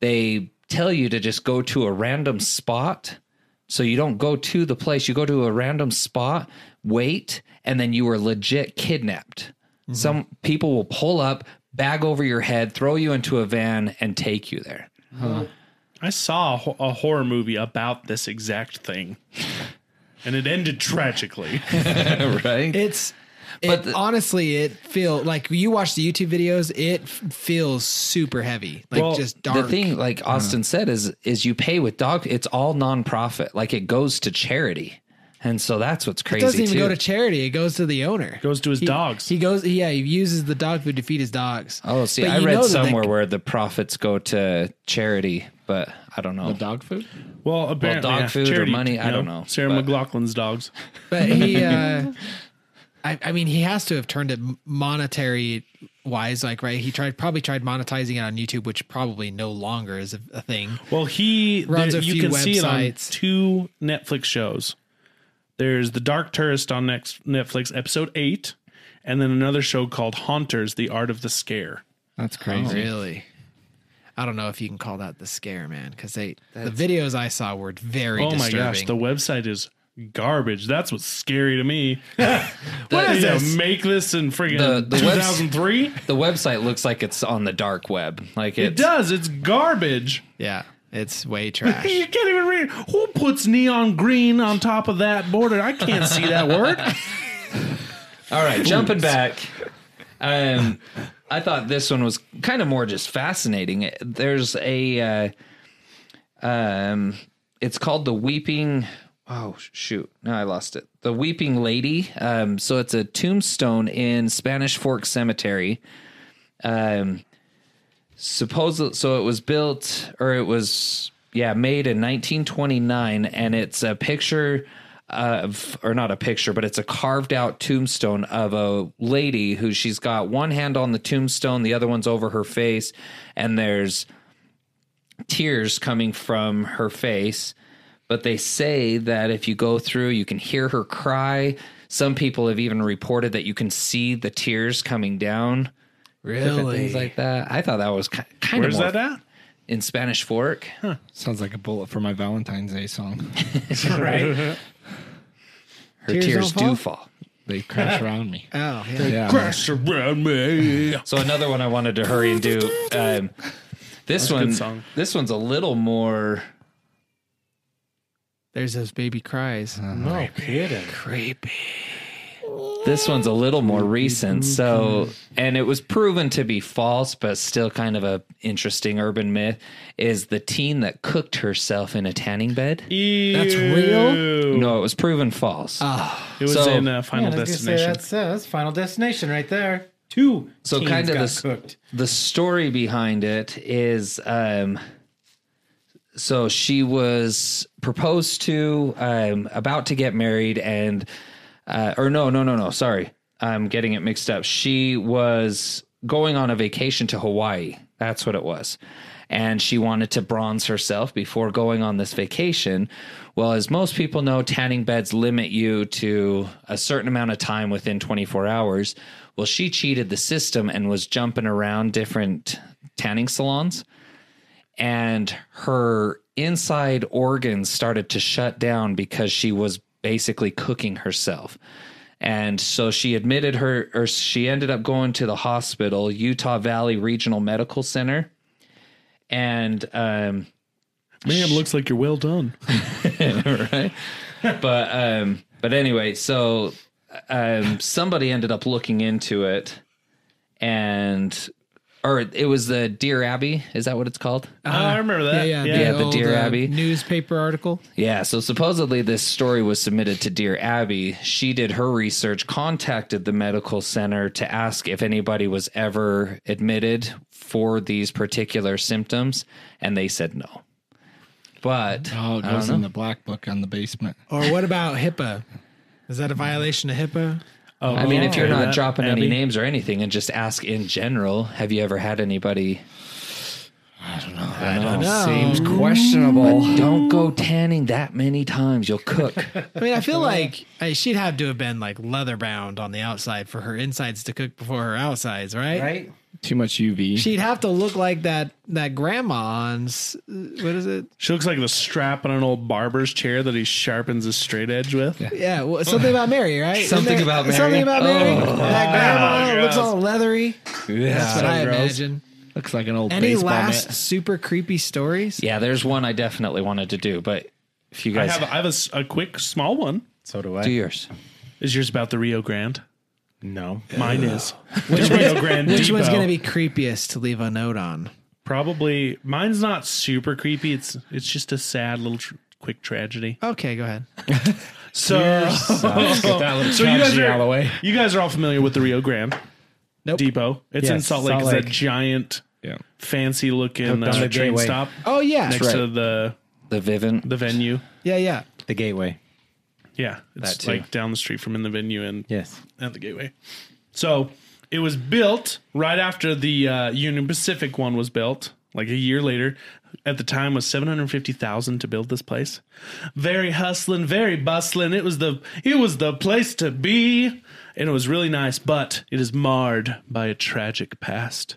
Speaker 2: they tell you to just go to a random spot so you don't go to the place, you go to a random spot, wait, and then you are legit kidnapped. Some people will pull up, bag over your head, throw you into a van, and take you there.
Speaker 3: I saw a, ho- a horror movie about this exact thing, and it ended tragically.
Speaker 2: right?
Speaker 4: It's
Speaker 2: But
Speaker 4: it-
Speaker 2: the-
Speaker 4: honestly, it feel like you watch the YouTube videos. It f- feels super heavy, like
Speaker 3: Well,
Speaker 4: just dark.
Speaker 2: The thing, like Austin said, is is you pay with dog. It's all nonprofit. Like it goes to charity, and so that's what's
Speaker 4: it
Speaker 2: crazy
Speaker 4: doesn't even
Speaker 2: too.
Speaker 4: go to charity. It goes to the owner.
Speaker 3: Goes to
Speaker 4: [LAUGHS]
Speaker 3: his
Speaker 4: He-
Speaker 3: dogs.
Speaker 4: He goes. Yeah, he uses the dog food to feed his dogs.
Speaker 2: oh, see,
Speaker 4: But
Speaker 2: I
Speaker 4: you know
Speaker 2: read
Speaker 4: that they-
Speaker 2: somewhere where the profits go to charity, but I don't know.
Speaker 5: Dog food?
Speaker 3: Well, apparently,
Speaker 2: dog
Speaker 3: yeah,
Speaker 2: food or money, I
Speaker 3: no,
Speaker 2: don't know,
Speaker 3: Sarah
Speaker 2: but-
Speaker 3: McLaughlin's dogs.
Speaker 4: But he, uh, I, I mean, he has to have turned it monetary wise, like right. He tried probably tried monetizing it on YouTube, which probably no longer is a, a thing.
Speaker 3: Well, he
Speaker 4: Runs
Speaker 3: there-
Speaker 4: a
Speaker 3: you
Speaker 4: few
Speaker 3: can see it on
Speaker 4: websites.
Speaker 3: two Netflix shows. There's The Dark Tourist on next Netflix, episode eight, and then another show called Haunters: The Art of the Scare.
Speaker 5: That's crazy.
Speaker 4: Oh. Really, I don't know if you can call that the scare, man, because they the videos I saw were very.
Speaker 3: Oh my
Speaker 4: disturbing.
Speaker 3: gosh, the website is garbage. That's what's scary to me. what
Speaker 2: is
Speaker 3: this? Make this in
Speaker 2: The-
Speaker 3: friggin'
Speaker 2: the webs-
Speaker 3: 2003?
Speaker 2: The website looks like it's on the dark web. Like
Speaker 3: It
Speaker 2: it's,
Speaker 3: does. It's garbage.
Speaker 4: yeah, it's way
Speaker 3: You [LAUGHS]
Speaker 4: trash.
Speaker 3: can't even read. Who puts neon green on top of that border? I can't see that word.
Speaker 2: All right, jumping back. Um, I thought this one was kind of more just fascinating. It- There's a, uh, um, it's called the Weeping. Oh shoot! No, I lost it. The Weeping Lady. Um, so it's a tombstone in Spanish Fork Cemetery. Um, supposed so it was built or it was yeah made in 1929 and it's a picture of or not a picture but it's a carved out tombstone of a lady who she's got one hand on the tombstone the other one's over her face and there's tears coming from her face but they say that if you go through you can hear her cry some people have even reported that you can see the tears coming down different
Speaker 4: really,
Speaker 2: things like that. I thought that was kind, kind
Speaker 3: Where's
Speaker 2: of more
Speaker 3: that at?
Speaker 2: in Spanish Fork.
Speaker 5: Sounds like a bullet for my Valentine's Day song.
Speaker 2: Her
Speaker 4: Tears
Speaker 2: tears,
Speaker 4: don't
Speaker 2: do fall.
Speaker 5: They crash around me.
Speaker 3: Uh,
Speaker 4: oh yeah.
Speaker 5: Yeah.
Speaker 3: Crash around me.
Speaker 2: So another one I wanted to hurry and do. Um, this
Speaker 3: a good
Speaker 2: one,
Speaker 3: song.
Speaker 2: this one's a little more
Speaker 3: Uh-huh.
Speaker 4: There's those baby cries.
Speaker 1: No kidding.
Speaker 4: Creepy.
Speaker 2: This one's a little more recent, so and it was proven to be false, but still kind of a interesting urban myth. Is the teen that cooked herself in a tanning bed?
Speaker 3: That's
Speaker 4: real?
Speaker 2: No, it was proven false.
Speaker 3: It was
Speaker 2: So-
Speaker 3: in uh,
Speaker 1: I was
Speaker 3: Final
Speaker 1: gonna say
Speaker 3: Destination.
Speaker 1: that's uh, that's Final Destination right there. Two
Speaker 2: so
Speaker 1: teens
Speaker 2: kind of
Speaker 1: got
Speaker 2: the s-
Speaker 1: cooked.
Speaker 2: the story behind it is um so she was proposed to um about to get married and uh or no no no no sorry i'm getting it mixed up she was going on a vacation to hawaii that's what it was and she wanted to bronze herself before going on this vacation well as most people know tanning beds limit you to a certain amount of time within 24 hours well, she cheated the system and was jumping around different tanning salons, and her inside organs started to shut down because she was basically cooking herself. And so she admitted her, or she ended up going to the hospital, Utah Valley Regional Medical Center. And, um,
Speaker 3: Man, looks like you're well done.
Speaker 2: right? but um, but anyway, so um, somebody ended up looking into it, and or it was the Dear Abbey. Is that what it's called?
Speaker 3: Oh, [LAUGHS] I remember that.
Speaker 4: yeah,
Speaker 2: Yeah, the
Speaker 4: old,
Speaker 2: Dear
Speaker 4: uh,
Speaker 2: Abby.
Speaker 4: newspaper article.
Speaker 2: Yeah, so supposedly this story was submitted to Dear Abby. She did her research, contacted the medical center to ask if anybody was ever admitted for these particular symptoms, and they said no. But
Speaker 5: Oh, it goes in the black book on the basement.
Speaker 4: Or what about HIPAA? Is that a violation of HIPAA?
Speaker 2: I mean, if you're
Speaker 3: okay.
Speaker 2: not
Speaker 3: Oh, That-
Speaker 2: dropping
Speaker 3: Abby?
Speaker 2: any names or anything, and just ask in general, have you ever had anybody? I don't know. I don't know.
Speaker 5: Seems questionable.
Speaker 2: Don't go tanning that many times. You'll cook.
Speaker 4: I mean, I feel like I, she'd have to have been like leather bound on the outside for her insides to cook before her outsides, right?
Speaker 1: Right?
Speaker 5: Too much UV.
Speaker 4: She'd have to look like that that grandma on s- what is it?
Speaker 3: She looks like the strap on an old barber's chair that he sharpens his straight edge with.
Speaker 4: Yeah, well, something about Mary, right? Isn't
Speaker 2: Something
Speaker 4: there-
Speaker 2: about Mary? Oh.
Speaker 4: Something about Mary. that grandma
Speaker 3: gross.
Speaker 4: looks all leathery. That's what
Speaker 5: So
Speaker 4: I
Speaker 5: gross.
Speaker 4: imagine.
Speaker 5: Looks like an old
Speaker 4: Any
Speaker 5: baseball
Speaker 4: last
Speaker 5: mitt.
Speaker 4: super creepy stories?
Speaker 2: yeah, there's one I definitely wanted to do, but if you
Speaker 3: I
Speaker 2: guys
Speaker 3: have, I have a s- a, quick, small one.
Speaker 1: So do I.
Speaker 2: do yours,
Speaker 3: Is yours about the Rio Grande?
Speaker 1: no.
Speaker 4: [LAUGHS]
Speaker 3: Mine is. Which Rio Grande
Speaker 4: Which one's
Speaker 3: Depot.
Speaker 4: gonna be creepiest to leave a note on?
Speaker 3: probably? Mine's not super creepy. It's it's just a sad little tr- quick tragedy.
Speaker 4: Okay, go ahead.
Speaker 3: So, [LAUGHS] so you guys
Speaker 5: tragedy out of the
Speaker 3: are
Speaker 5: way.
Speaker 3: you guys are all familiar with the Rio Grande
Speaker 4: Nope.
Speaker 3: Depot. It's in
Speaker 1: Yes,
Speaker 3: Salt Lake.
Speaker 1: Salt
Speaker 3: It's a
Speaker 1: Lake.
Speaker 3: giant,
Speaker 5: Yeah.
Speaker 3: fancy looking
Speaker 1: Hooked on
Speaker 3: uh,
Speaker 1: the
Speaker 3: train
Speaker 1: gateway.
Speaker 3: stop
Speaker 4: Oh yeah,
Speaker 3: next to the
Speaker 2: the Vivint.
Speaker 3: the venue.
Speaker 4: yeah, yeah.
Speaker 1: The gateway.
Speaker 3: Yeah, it's
Speaker 2: That too.
Speaker 3: like down the street from in the venue and
Speaker 1: Yes.
Speaker 3: at the gateway. So it was built right after the uh, Union Pacific one was built, like a year later. At the time was seven hundred fifty thousand to build this place. Very hustling, very bustling. It was the it was the place to be, and it was really nice. But it is marred by a tragic past.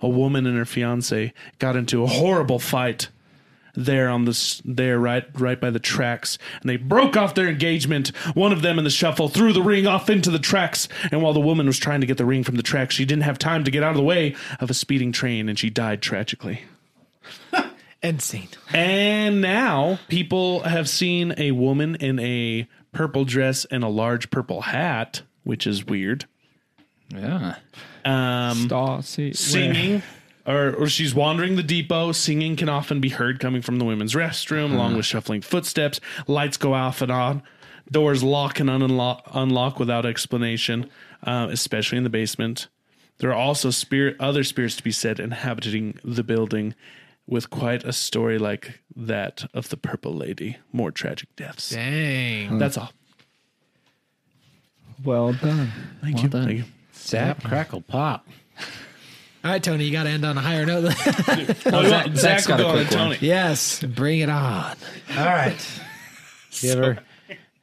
Speaker 3: A woman and her fiance got into a horrible fight there on this there right right by the tracks and they broke off their engagement one of them in the shuffle threw the ring off into the tracks and while the woman was trying to get the ring from the tracks she didn't have time to get out of the way of a speeding train and she died tragically
Speaker 4: End scene.
Speaker 3: and now people have seen a woman in a purple dress and a large purple hat which is weird
Speaker 2: Yeah,
Speaker 3: um
Speaker 5: Star-seed.
Speaker 3: singing or, or she's wandering the depot singing can often be heard coming from the women's restroom along with shuffling footsteps lights go off and on doors lock and unlock, unlock without explanation uh, especially in the basement there are also spirit other spirits to be said inhabiting the building with quite a story like that of the purple lady more tragic deaths
Speaker 4: Dang.
Speaker 3: that's all
Speaker 5: Well done.
Speaker 3: thank you thank you
Speaker 1: Zap, crackle, pop.
Speaker 4: All right, Tony, you got to end on a higher note. [LAUGHS]
Speaker 3: Oh,
Speaker 2: Zach-
Speaker 3: Zach
Speaker 2: Zach's got a
Speaker 3: will go on
Speaker 2: quick
Speaker 3: to
Speaker 2: one.
Speaker 3: Tony.
Speaker 4: yes, bring it on.
Speaker 1: All right. [LAUGHS] You ever?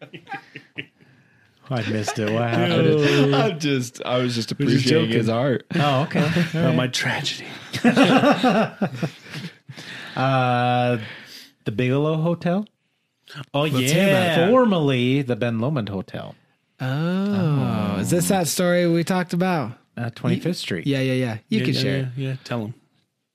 Speaker 1: [LAUGHS] I missed it. What happened?
Speaker 5: I'm just, [LAUGHS] I was just appreciating his art.
Speaker 1: Oh, okay.
Speaker 3: Oh, my tragedy
Speaker 1: Uh, the Bigelow Hotel,
Speaker 3: oh yeah
Speaker 1: formerly the Ben Lomond Hotel,
Speaker 4: Oh, is this that story we talked about?
Speaker 1: uh, 25th Street.
Speaker 4: Yeah, yeah, yeah. You can
Speaker 3: yeah,
Speaker 4: share. it.
Speaker 3: yeah, yeah tell him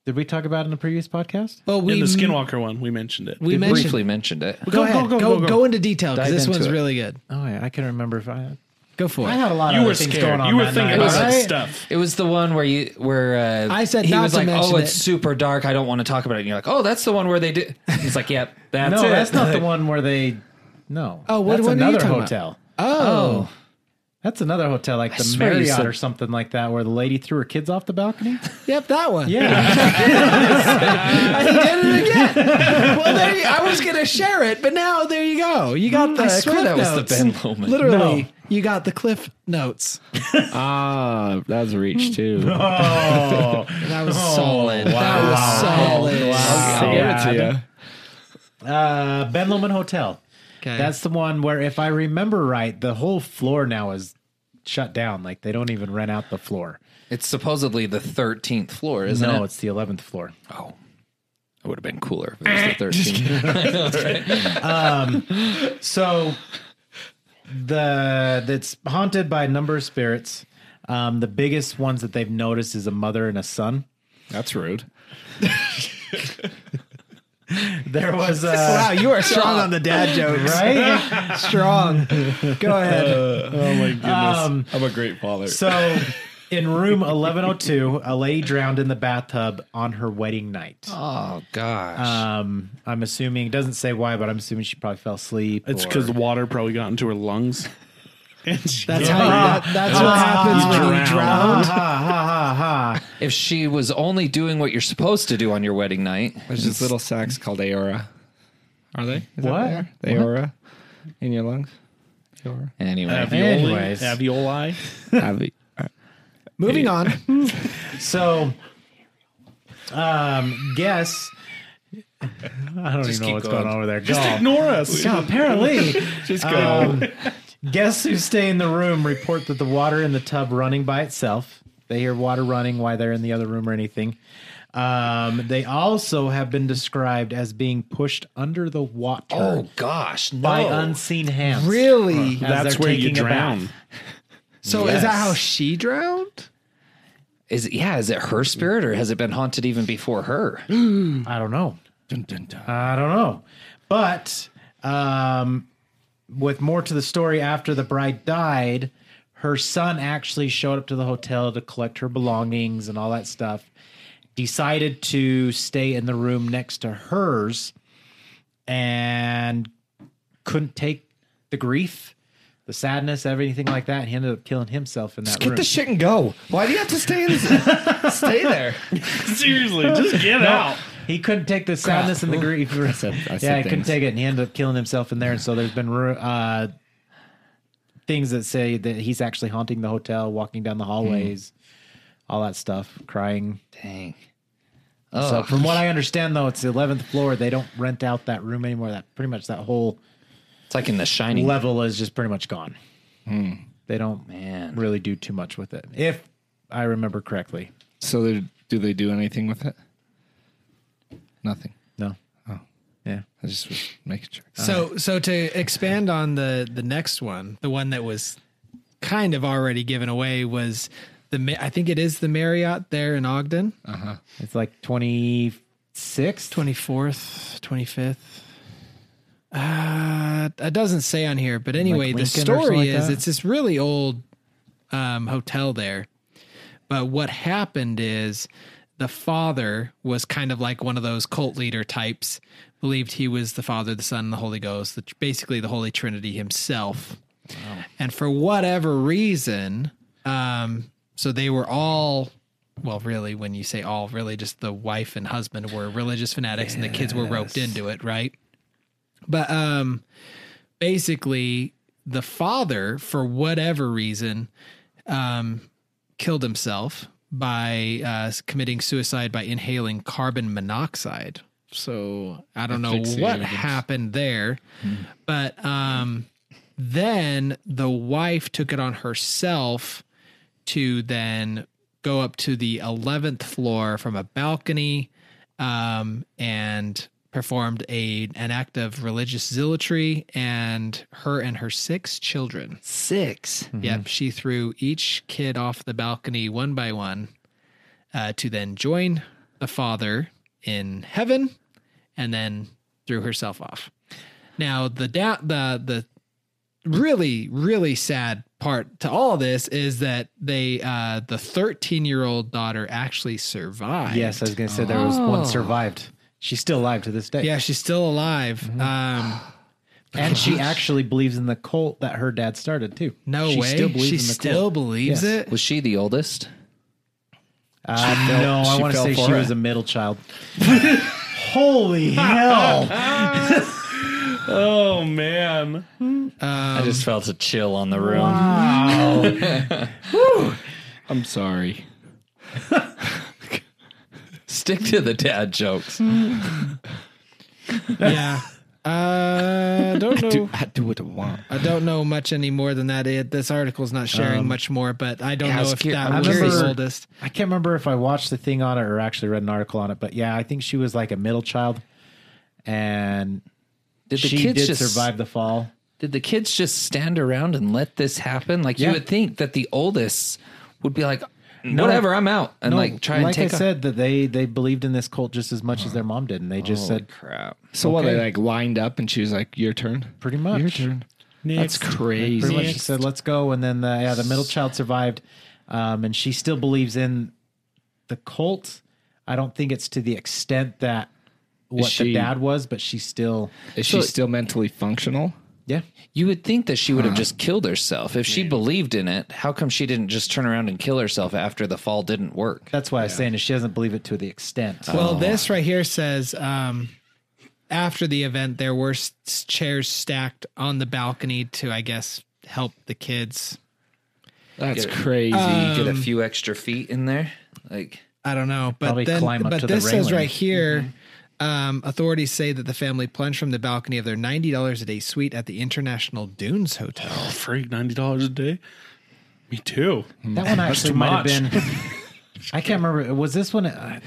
Speaker 1: Did we talk about it in the previous podcast?
Speaker 4: Well, we
Speaker 3: in the Skinwalker one, we mentioned it.
Speaker 4: we mentioned.
Speaker 2: briefly mentioned it.
Speaker 4: Go,
Speaker 1: Go,
Speaker 4: ahead. Go,
Speaker 1: go,
Speaker 4: go,
Speaker 1: go, go.
Speaker 4: into detail because
Speaker 2: Dive
Speaker 4: this
Speaker 2: into
Speaker 4: one's
Speaker 2: it.
Speaker 4: really good.
Speaker 1: Oh, yeah. I can remember if I.
Speaker 4: Go for
Speaker 1: I
Speaker 4: it.
Speaker 1: had a lot
Speaker 3: You
Speaker 1: of
Speaker 3: were
Speaker 1: other things
Speaker 3: scared.
Speaker 1: going on.
Speaker 3: You were
Speaker 1: that
Speaker 3: thinking
Speaker 1: night,
Speaker 3: about
Speaker 1: all
Speaker 3: that
Speaker 1: right?
Speaker 3: stuff.
Speaker 2: It was the one where you where uh,
Speaker 4: I said
Speaker 2: he
Speaker 4: not
Speaker 2: was
Speaker 4: to
Speaker 2: like, "Oh,
Speaker 4: mention
Speaker 2: it's
Speaker 4: it."
Speaker 2: super dark. I don't want to talk about it." And you're like, "Oh, that's the one where they
Speaker 4: [LAUGHS]
Speaker 2: did." He's like, "Yep,
Speaker 1: [LAUGHS]
Speaker 2: that's
Speaker 1: No,
Speaker 2: it."
Speaker 1: that's
Speaker 2: [LAUGHS]
Speaker 1: not the one where they. No.
Speaker 4: Oh, what-
Speaker 1: that's
Speaker 4: what are you
Speaker 1: another
Speaker 4: talking about?
Speaker 1: hotel.
Speaker 4: Oh,
Speaker 1: That's another hotel, like the
Speaker 2: swear you
Speaker 1: Marriott
Speaker 2: said-
Speaker 1: or something like that, where the lady threw her kids off the balcony.
Speaker 4: yep, that one.
Speaker 1: Yeah,
Speaker 4: [LAUGHS] I did it again. well, there you, I was gonna share it, but now there you go. You got the
Speaker 2: I swear
Speaker 4: cliff
Speaker 2: that was the
Speaker 4: notes.
Speaker 2: Ben Lomond.
Speaker 4: Literally,
Speaker 1: No.
Speaker 4: you got the cliff notes.
Speaker 5: [LAUGHS] Ah, that was a [LAUGHS] reach too.
Speaker 4: That was
Speaker 2: Oh,
Speaker 4: solid. That was solid.
Speaker 5: I'll give it to you.
Speaker 1: uh, Ben Lomond Hotel.
Speaker 4: Okay.
Speaker 1: That's the one where, if I remember right, the whole floor now is shut down. Like they don't even rent out the floor.
Speaker 2: It's supposedly the thirteenth floor, isn't
Speaker 1: No,
Speaker 2: it?
Speaker 1: it's the eleventh floor.
Speaker 2: Oh, it would have been cooler if it
Speaker 3: [LAUGHS]
Speaker 2: was the thirteenth.
Speaker 1: So the that's haunted by a number of spirits. Um, the biggest ones that they've noticed is a mother and a son.
Speaker 5: That's rude.
Speaker 1: There was uh,
Speaker 4: [LAUGHS] wow, you are strong on the dad jokes.
Speaker 1: [LAUGHS]
Speaker 4: [LAUGHS]
Speaker 1: right.
Speaker 4: Strong. Go ahead.
Speaker 5: Oh my goodness.
Speaker 1: Um,
Speaker 5: I'm a great father.
Speaker 1: So in room 1102, a lady drowned in the bathtub on her wedding night.
Speaker 2: oh gosh.
Speaker 3: Uh,
Speaker 1: Um, I'm assuming it doesn't say why, but I'm assuming she probably fell asleep.
Speaker 3: It's
Speaker 1: or-
Speaker 3: because the water probably got into her lungs. And she-
Speaker 4: That's how. You, that, that's what happens when you
Speaker 1: ha
Speaker 4: drown.
Speaker 1: ha ha ha.
Speaker 2: if she was only doing what you're supposed to do on your wedding night,
Speaker 5: There's this little sacs called aora. Are they? Is
Speaker 1: What?
Speaker 5: That what they are? Aora in your [LAUGHS] lungs. Aora.
Speaker 2: anyway.
Speaker 3: Alveoli-
Speaker 1: Anyways.
Speaker 3: alveoli.
Speaker 5: Ave-
Speaker 4: Moving on.
Speaker 1: So, um, guess. I don't even know
Speaker 2: keep
Speaker 1: what's
Speaker 2: going.
Speaker 1: going on over there.
Speaker 3: Just
Speaker 1: Go.
Speaker 3: ignore us. [LAUGHS]
Speaker 1: Yeah, apparently.
Speaker 5: Just go.
Speaker 1: Um, guests who stay in the room report that the water in the tub running by itself. They hear water running while they're in the other room or anything. Um, they also have been described as being pushed under the water
Speaker 2: Oh gosh, no.
Speaker 1: by unseen hands.
Speaker 4: Really?
Speaker 1: As
Speaker 3: That's
Speaker 1: they're
Speaker 3: where you
Speaker 1: taking a
Speaker 3: drown.
Speaker 1: bath.
Speaker 4: So is
Speaker 2: Yes.
Speaker 4: that how she drowned?
Speaker 2: is it, yeah, is it her spirit or has it been haunted even before her?
Speaker 1: I don't know.
Speaker 5: Dun, dun, dun.
Speaker 1: I don't know. But um, with more to the story, after the bride died, her son actually showed up to the hotel to collect her belongings and all that stuff. Decided to stay in the room next to hers and couldn't take the grief, the sadness, everything like that. And he ended up killing himself in that room.
Speaker 5: Get the shit and go. Why do you have to stay in this? stay there.
Speaker 3: Seriously, just get out.
Speaker 1: He couldn't take the sadness and the grief.
Speaker 5: [LAUGHS] I said
Speaker 1: yeah, he couldn't
Speaker 5: things.
Speaker 1: take it, and he ended up killing himself in there. And so there's been ru- uh, things that say that he's actually haunting the hotel, walking down
Speaker 5: Hmm.
Speaker 1: the hallways, all that stuff, crying.
Speaker 2: Dang.
Speaker 1: So from what I understand, though, it's the eleventh floor. They don't rent out that room anymore. That pretty much that whole
Speaker 2: It's like in the
Speaker 5: Hmm.
Speaker 2: shining
Speaker 1: level is just pretty much gone. They don't
Speaker 2: Man.
Speaker 1: really do too much with it, if I remember correctly.
Speaker 5: [LAUGHS] So they, do they do anything with it? Nothing.
Speaker 1: No.
Speaker 5: Oh.
Speaker 1: Yeah.
Speaker 5: I just was making sure.
Speaker 4: So so to expand on the the next one, the one that was kind of already given away was the Ma- I think it is the Marriott there in Ogden,
Speaker 1: It's like twenty six, twenty.
Speaker 4: twenty fourth, twenty fifth. Uh, it doesn't say on here, but anyway, the
Speaker 1: Lincoln or something
Speaker 4: story
Speaker 1: like
Speaker 4: is
Speaker 1: that?
Speaker 4: it's this really old um, hotel there. But what happened is the father was kind of like one of those cult leader types, believed he was the Father, the Son, and the Holy Ghost, the, basically the Holy Trinity himself. And for whatever reason, um, so they were all, well, really, when you say all, really just the wife and husband were religious fanatics and the kids were roped into it, right? But um, basically, the father, for whatever reason, um, killed himself by uh, committing suicide by inhaling carbon monoxide. So I don't know
Speaker 5: Asphyxiated
Speaker 4: what
Speaker 5: himself.
Speaker 4: happened there, but um, then the wife took it on herself to then go up to the 11th floor from a balcony um, and performed a an act of religious zealotry and her and her six children
Speaker 2: 6
Speaker 4: Yep, she threw each kid off the balcony one by one uh, to then join the father in heaven, and then threw herself off. Now the da- the the really really sad part to all this is that they uh the 13 year old daughter actually survived.
Speaker 1: Yes, I was going to say there was one survived. She's still alive to this day.
Speaker 4: Yeah, she's still alive.
Speaker 1: Mm-hmm.
Speaker 4: Um
Speaker 1: And [LAUGHS] she actually believes in the cult that her dad started too.
Speaker 4: no
Speaker 1: she
Speaker 4: way.
Speaker 1: Still believes
Speaker 4: she
Speaker 1: in the
Speaker 4: still
Speaker 1: cult.
Speaker 4: believes
Speaker 1: Yes.
Speaker 4: it.
Speaker 2: Was she the oldest?
Speaker 1: Uh, no, I
Speaker 5: she
Speaker 1: want to
Speaker 5: fell
Speaker 1: say
Speaker 5: for
Speaker 1: she
Speaker 5: it.
Speaker 1: was a middle child. Holy hell!
Speaker 3: Oh man.
Speaker 2: I just felt a chill on the room.
Speaker 5: I'm sorry.
Speaker 2: Stick to the dad jokes.
Speaker 1: Hmm. [LAUGHS]
Speaker 4: Yeah. Uh don't know.
Speaker 5: I do what I want.
Speaker 4: I don't know much any more than that. It, this article's not sharing
Speaker 1: Um,
Speaker 4: much more, but I don't
Speaker 2: yeah, I
Speaker 4: know
Speaker 2: was
Speaker 4: if
Speaker 2: cur-
Speaker 4: that
Speaker 2: I'm
Speaker 4: was
Speaker 1: curious.
Speaker 4: the oldest.
Speaker 1: I can't remember if I watched the thing on it or actually read an article on it, but yeah, I think she was like a middle child, and
Speaker 2: Did the
Speaker 1: she
Speaker 2: kids
Speaker 1: did
Speaker 2: just
Speaker 1: survive the fall.
Speaker 2: Did the kids just stand around and let this happen? Like
Speaker 1: Yeah.
Speaker 2: you would think that the oldest would be like, whatever, I'm out, and
Speaker 1: No,
Speaker 2: like try and
Speaker 1: like
Speaker 2: take.
Speaker 1: I
Speaker 2: a-
Speaker 1: said that they they believed in this cult just as much as their mom did, and they just
Speaker 2: Oh,
Speaker 1: said
Speaker 2: crap.
Speaker 5: So what? They like lined up, and she was like, "Your turn."
Speaker 1: pretty much.
Speaker 5: Your turn. That's crazy.
Speaker 1: pretty much she said let's go and then the yeah the middle child survived um and she still believes in the cult i don't think it's to the extent that what
Speaker 5: she-
Speaker 1: the dad was but she still
Speaker 5: Is
Speaker 2: So-
Speaker 5: she still mentally functional?
Speaker 1: yeah
Speaker 2: You would think that she would
Speaker 1: Uh-huh.
Speaker 2: have just killed herself if she believed in it. How come she didn't just turn around and kill herself after the fall didn't work?
Speaker 1: that's why i was saying is she doesn't believe it to the extent
Speaker 4: Well, this right here says um, after the event, there were s- chairs stacked on the balcony to, I guess, help the kids.
Speaker 5: That's crazy.
Speaker 1: Um,
Speaker 2: Get a few extra feet in there, like
Speaker 4: I don't know, but
Speaker 1: Probably
Speaker 4: then,
Speaker 1: climb up
Speaker 4: but
Speaker 1: to the
Speaker 4: this says
Speaker 1: railing. Mm-hmm.
Speaker 4: right here. Um, authorities say that the family plunged from the balcony of their ninety dollars a day suite at the International Dunes Hotel.
Speaker 3: Freak Oh, ninety dollars a day. Me too.
Speaker 1: that one actually
Speaker 3: too
Speaker 1: might have
Speaker 3: much.
Speaker 1: been i can't remember was this one uh,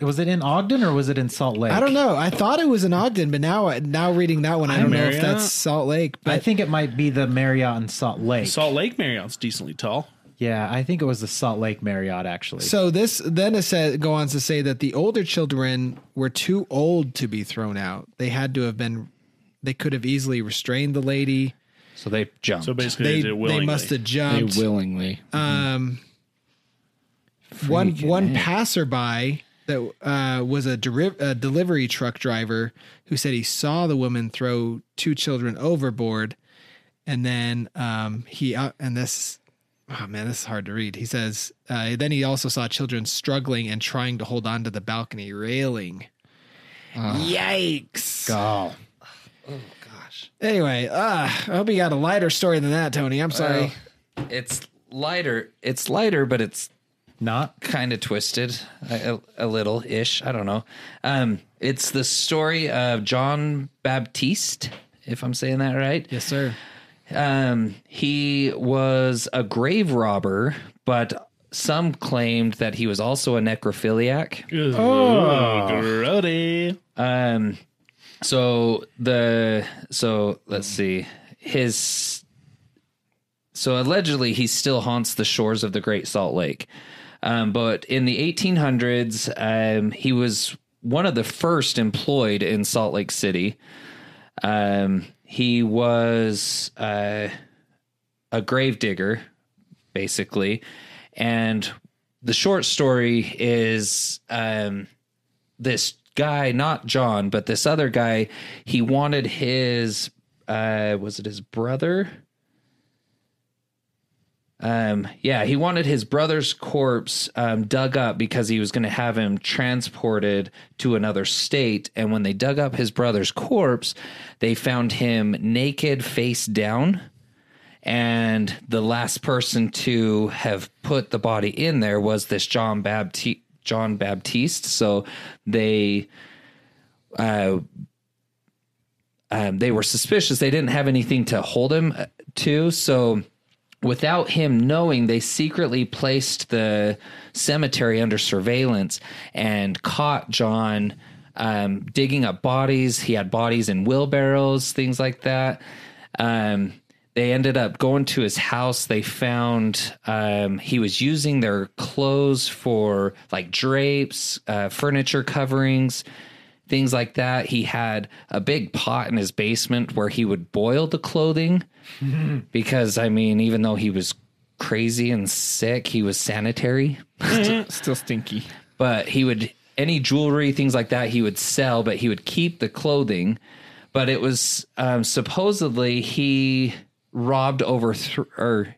Speaker 1: was it in ogden or was it in salt lake
Speaker 4: I don't know. I thought it was in Ogden, but now now reading that one, I don't know if
Speaker 3: Marriott?
Speaker 4: that's Salt Lake. But
Speaker 1: I think it might be the Marriott in Salt Lake.
Speaker 3: Salt Lake Marriott's decently tall.
Speaker 1: yeah, I think it was the Salt Lake Marriott actually.
Speaker 4: So this then it says go on to say that the older children were too old to be thrown out. They had to have been. They could have easily restrained the lady.
Speaker 2: so they jumped.
Speaker 3: So basically, they,
Speaker 4: They
Speaker 3: did it
Speaker 4: they
Speaker 3: willingly.
Speaker 4: must have
Speaker 5: they
Speaker 4: jumped.
Speaker 5: willingly.
Speaker 1: uh,
Speaker 4: Um, one one passerby that uh, was a, deri- a delivery truck driver who said he saw the woman throw two children overboard, and then um, he uh, and this. Oh man, this is hard to read. He says. Uh, then he also saw children struggling and trying to hold on to the balcony railing. Yikes!
Speaker 1: oh,
Speaker 4: Anyway, uh, I hope you got a lighter story than that, Tony. I'm sorry.
Speaker 2: it's lighter. It's lighter, but it's
Speaker 1: not
Speaker 2: kind of twisted a, a, a little ish. I don't know. Um, it's the story of John Baptiste, if I'm saying that right.
Speaker 4: yes, sir.
Speaker 2: Um, he was a grave robber, but some claimed that he was also a necrophiliac.
Speaker 3: Oh, grody.
Speaker 2: Um, so the so let's see his. So allegedly, he still haunts the shores of the Great Salt Lake, um, but in the 1800s, um, he was one of the first employed in Salt Lake City. Um, he was uh, a grave digger, basically, and the short story is um, this guy, not John, but this other guy, he wanted his uh was it his brother? Um yeah, he wanted his brother's corpse um dug up because he was going to have him transported to another state and when they dug up his brother's corpse, they found him naked face down and the last person to have put the body in there was this John Baptiste. John Baptiste. So they, uh, um, they were suspicious. They didn't have anything to hold him uh, to. So without him knowing, they secretly placed the cemetery under surveillance and caught John. Um, digging up bodies. He had bodies in wheelbarrows, things like that um, they ended up going to his house. They found um, he was using their clothes for like drapes, uh, furniture coverings. things like that. He had a big pot in his basement where he would boil the clothing because, I mean, even though he was crazy and sick, he was sanitary
Speaker 5: Still stinky.
Speaker 2: but he would any jewelry things like that he would sell but he would keep the clothing but it was um, supposedly he robbed over th- or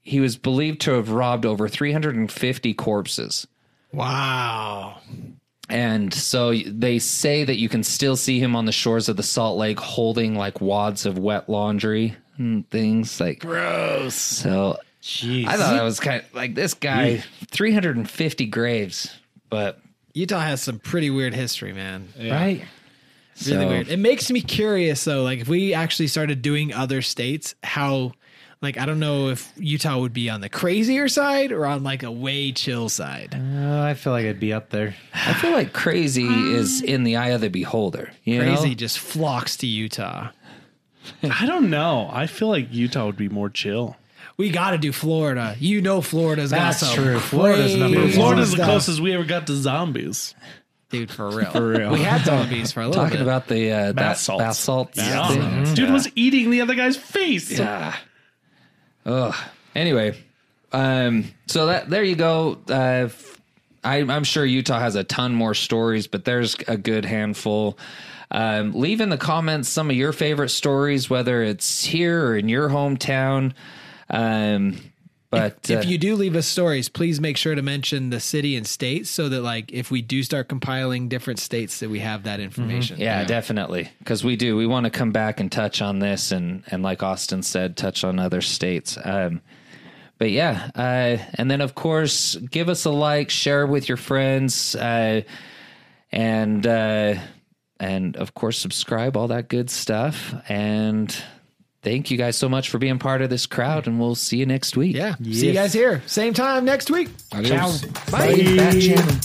Speaker 2: he was believed to have robbed over 350 corpses
Speaker 4: Wow.
Speaker 2: and so they say that you can still see him on the shores of the salt lake holding like wads of wet laundry and things like gross so i thought that was kind of like this guy 350 graves but
Speaker 4: Utah has some pretty weird history, man.
Speaker 1: Right?
Speaker 4: really
Speaker 2: so-
Speaker 4: weird. It makes me curious though, like if we actually started doing other states, how like I don't know if Utah would be on the crazier side or on like a way chill side.
Speaker 1: Uh, I feel like I'd be up there.
Speaker 2: I feel like crazy is in the eye of the beholder. You
Speaker 4: Crazy
Speaker 2: know?
Speaker 4: just flocks to Utah.
Speaker 3: I don't know. I feel like Utah would be more chill.
Speaker 4: We got to do Florida. You know Florida's got
Speaker 1: That's
Speaker 4: some
Speaker 1: true. Florida's number
Speaker 4: crazy
Speaker 1: one.
Speaker 3: Florida's the
Speaker 4: stuff.
Speaker 3: closest we ever got to zombies.
Speaker 4: dude for real. for real. We had zombies for a little
Speaker 2: Talking
Speaker 4: bit.
Speaker 2: about the uh, bath
Speaker 3: salts.
Speaker 2: bath salts.
Speaker 3: Yeah.
Speaker 2: thing.
Speaker 3: Dude was eating the other guy's face.
Speaker 2: Anyway, um, so that there you go. Uh, f- I, I'm sure Utah has a ton more stories, but there's a good handful. Um, leave in the comments some of your favorite stories, whether it's here or in your hometown. Um, but
Speaker 4: if
Speaker 2: uh,
Speaker 4: you do leave us stories, please make sure to mention the city and state so that like if we do start compiling different states that we have that information.
Speaker 2: Yeah, definitely. Because we do. We want to come back and touch on this, and and like Austin said, touch on other states. Um, but yeah, uh, and then of course, give us a like, share with your friends, uh, and uh, and of course, subscribe, all that good stuff. And thank you guys so much for being part of this crowd, and we'll see you next week.
Speaker 4: Yeah. See you guys here. Same time next week.
Speaker 5: Adios.
Speaker 4: Bye.
Speaker 2: Back channel.